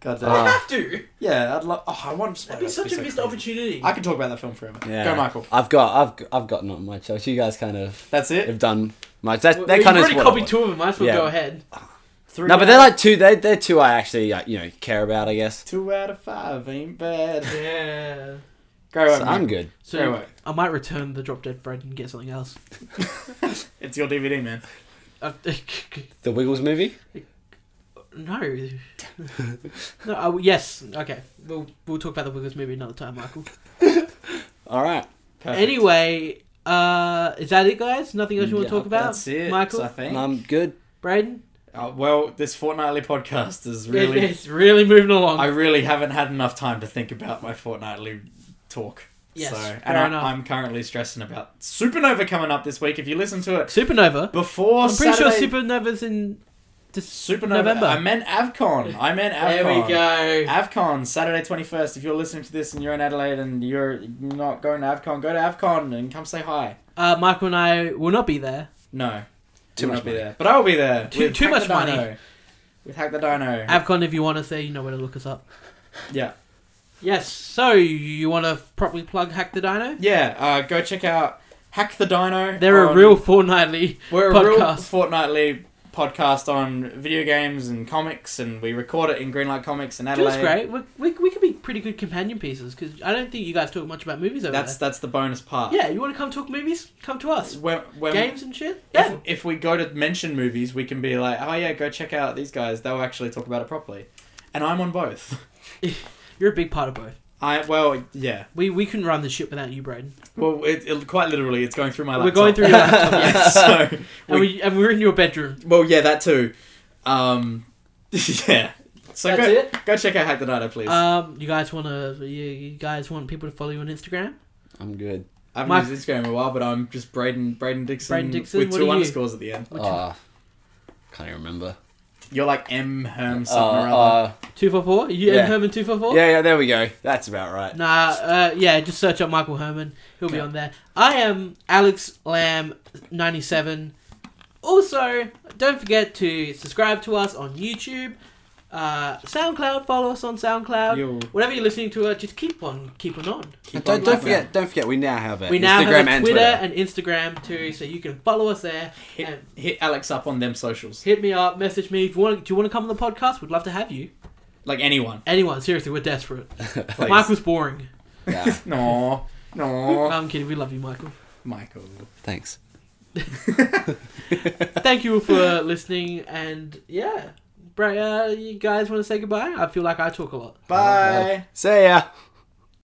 [SPEAKER 2] God damn.
[SPEAKER 1] I
[SPEAKER 4] Ah.
[SPEAKER 1] have to.
[SPEAKER 2] yeah, I'd love. Oh, I want
[SPEAKER 1] That'd
[SPEAKER 2] Spider-Man
[SPEAKER 1] be
[SPEAKER 2] to
[SPEAKER 1] such a
[SPEAKER 2] so
[SPEAKER 1] missed
[SPEAKER 2] cool.
[SPEAKER 1] opportunity.
[SPEAKER 2] I can talk about that film forever.
[SPEAKER 4] Yeah.
[SPEAKER 2] Go, Michael.
[SPEAKER 4] I've got, I've, g- I've got not much else. You guys kind of
[SPEAKER 2] That's it.
[SPEAKER 4] have done much. That,
[SPEAKER 1] Well,
[SPEAKER 4] that
[SPEAKER 1] you've
[SPEAKER 4] kind of
[SPEAKER 1] already copied two of them. Might as well
[SPEAKER 4] Yeah.
[SPEAKER 1] go ahead.
[SPEAKER 2] Three
[SPEAKER 4] No, but
[SPEAKER 2] out-
[SPEAKER 4] they're like two. They they're two I actually uh, you know care about. I guess.
[SPEAKER 2] two out of five. Ain't
[SPEAKER 4] [laughs]
[SPEAKER 2] bad.
[SPEAKER 1] Yeah.
[SPEAKER 2] Go,
[SPEAKER 4] So
[SPEAKER 2] on,
[SPEAKER 4] I'm
[SPEAKER 2] Michael.
[SPEAKER 4] good.
[SPEAKER 1] So
[SPEAKER 2] Go away.
[SPEAKER 1] I might return the drop dead bread and get something else.
[SPEAKER 2] It's your DVD, man.
[SPEAKER 1] Uh, [laughs]
[SPEAKER 4] The Wiggles movie.
[SPEAKER 1] no. no. I, yes. Okay. We'll we'll talk about the Wiggles maybe another time, Michael.
[SPEAKER 4] All right.
[SPEAKER 2] Perfect.
[SPEAKER 1] Anyway, uh, is that it, guys? Nothing else you want
[SPEAKER 4] Yeah,
[SPEAKER 1] to talk about?
[SPEAKER 2] That's it.
[SPEAKER 1] Michael,
[SPEAKER 2] I think.
[SPEAKER 4] I'm good.
[SPEAKER 1] Braden.
[SPEAKER 2] Uh, well, this fortnightly
[SPEAKER 1] [laughs]
[SPEAKER 2] podcast is
[SPEAKER 1] Really?
[SPEAKER 2] really.
[SPEAKER 1] it's really moving along.
[SPEAKER 2] I really haven't had enough time to think about my fortnightly talk.
[SPEAKER 1] Yes,
[SPEAKER 2] so,
[SPEAKER 1] fair
[SPEAKER 2] and I,
[SPEAKER 1] enough.
[SPEAKER 2] I'm currently stressing about Supernova coming up this week. If you listen to it
[SPEAKER 1] Supernova.
[SPEAKER 2] before
[SPEAKER 1] I'm pretty
[SPEAKER 2] Saturday-
[SPEAKER 1] sure Supernova's in. Dis-
[SPEAKER 2] Supernova.
[SPEAKER 1] November.
[SPEAKER 2] I meant Avcon. I meant Avcon.
[SPEAKER 1] [laughs] there we go.
[SPEAKER 2] Avcon Saturday twenty first. If you're listening to this and you're in Adelaide and you're not going to Avcon, go to Avcon and come say hi.
[SPEAKER 1] Uh, Michael and I will not be there.
[SPEAKER 2] No,
[SPEAKER 4] Too
[SPEAKER 2] you
[SPEAKER 4] much
[SPEAKER 2] won't be
[SPEAKER 4] money.
[SPEAKER 2] there, but I will be there.
[SPEAKER 1] Too-
[SPEAKER 2] with
[SPEAKER 1] too
[SPEAKER 2] Hack
[SPEAKER 1] much
[SPEAKER 2] the Dino.
[SPEAKER 1] money.
[SPEAKER 2] With Hack the Dino.
[SPEAKER 1] Avcon, if you want us there, you know where to look us up.
[SPEAKER 2] yeah.
[SPEAKER 1] Yes. So you want to properly plug Hack the Dino?
[SPEAKER 2] Yeah, uh, go check out Hack the Dino.
[SPEAKER 1] They're a
[SPEAKER 2] on-
[SPEAKER 1] real fortnightly.
[SPEAKER 2] We're a real
[SPEAKER 1] podcast.
[SPEAKER 2] fortnightly podcast on video games and comics, and we record it in Greenlight Comics in Adelaide.
[SPEAKER 1] That's great. We, we, we could be pretty good companion pieces because I don't think you guys talk much about movies over
[SPEAKER 2] That's that's the bonus part.
[SPEAKER 1] there. Yeah, you want to come talk movies? Come to us.
[SPEAKER 2] When, when
[SPEAKER 1] Games and shit.
[SPEAKER 2] If,
[SPEAKER 1] Yeah.
[SPEAKER 2] if we go to mention movies, we can be like, oh yeah, go check out these guys. They'll actually talk about it properly. And I'm on both. [laughs]
[SPEAKER 1] You're a big part of both.
[SPEAKER 2] I well yeah.
[SPEAKER 1] We we couldn't run this shit without you, Braden.
[SPEAKER 2] Well, it, it quite literally, it's going through my
[SPEAKER 1] We're
[SPEAKER 2] laptop.
[SPEAKER 1] going
[SPEAKER 2] [laughs]
[SPEAKER 1] through your laptop, yes.
[SPEAKER 2] so
[SPEAKER 1] and we and we're in your bedroom.
[SPEAKER 2] well yeah that too. Um, [laughs] yeah. So
[SPEAKER 1] That's
[SPEAKER 2] go,
[SPEAKER 1] it?
[SPEAKER 2] go check out Hack the Dino, please.
[SPEAKER 1] Um, you guys want to you, you guys want people to follow you on Instagram?
[SPEAKER 4] I'm good.
[SPEAKER 2] I haven't
[SPEAKER 1] My-
[SPEAKER 2] used Instagram in a while, but I'm just Braden Braden Dixon,
[SPEAKER 1] Braden Dixon,
[SPEAKER 2] with
[SPEAKER 1] what
[SPEAKER 2] two
[SPEAKER 1] are you?
[SPEAKER 2] underscores at the end.
[SPEAKER 1] Which
[SPEAKER 4] Ah, can't even remember.
[SPEAKER 2] You're like M Herm
[SPEAKER 4] Uh,
[SPEAKER 2] something or other.
[SPEAKER 1] two four four. You
[SPEAKER 4] Yeah.
[SPEAKER 1] and Herman two four
[SPEAKER 4] uh,
[SPEAKER 1] four.
[SPEAKER 4] yeah, yeah. There we go. That's about right.
[SPEAKER 1] Nah, uh, yeah, just search up Michael Herman. He'll be
[SPEAKER 2] Okay.
[SPEAKER 1] on there. I am Alex Lamb ninety seven. Also, don't forget to subscribe to us on YouTube. uh, SoundCloud. Follow us on SoundCloud.
[SPEAKER 2] Yo.
[SPEAKER 1] Whatever you're listening to, uh, just keep on, keep on on.
[SPEAKER 3] And
[SPEAKER 2] Keep
[SPEAKER 3] don't
[SPEAKER 2] on
[SPEAKER 3] don't
[SPEAKER 2] like
[SPEAKER 3] forget, don't forget, we now have a
[SPEAKER 1] We
[SPEAKER 3] Instagram
[SPEAKER 1] now have a
[SPEAKER 3] and
[SPEAKER 1] Twitter
[SPEAKER 3] Twitter.
[SPEAKER 1] and Instagram too, so you can follow us there.
[SPEAKER 2] that.
[SPEAKER 1] And
[SPEAKER 2] Hit, hit Alex up on them socials.
[SPEAKER 1] hit me up, message me. If you want, do you want to come on the podcast? We'd love to have you.
[SPEAKER 2] Like
[SPEAKER 1] [laughs]
[SPEAKER 2] anyone.
[SPEAKER 1] Anyone, seriously, we're desperate. [laughs]
[SPEAKER 3] Please.
[SPEAKER 1] Michael's boring.
[SPEAKER 3] Yeah,
[SPEAKER 2] No, no,
[SPEAKER 1] I'm kidding. We love you, Michael.
[SPEAKER 2] Michael.
[SPEAKER 3] thanks.
[SPEAKER 1] Thank you for [laughs] listening, and yeah, Bra- uh, you guys want to say goodbye? I feel like I talk a lot.
[SPEAKER 2] Bye.
[SPEAKER 3] See ya.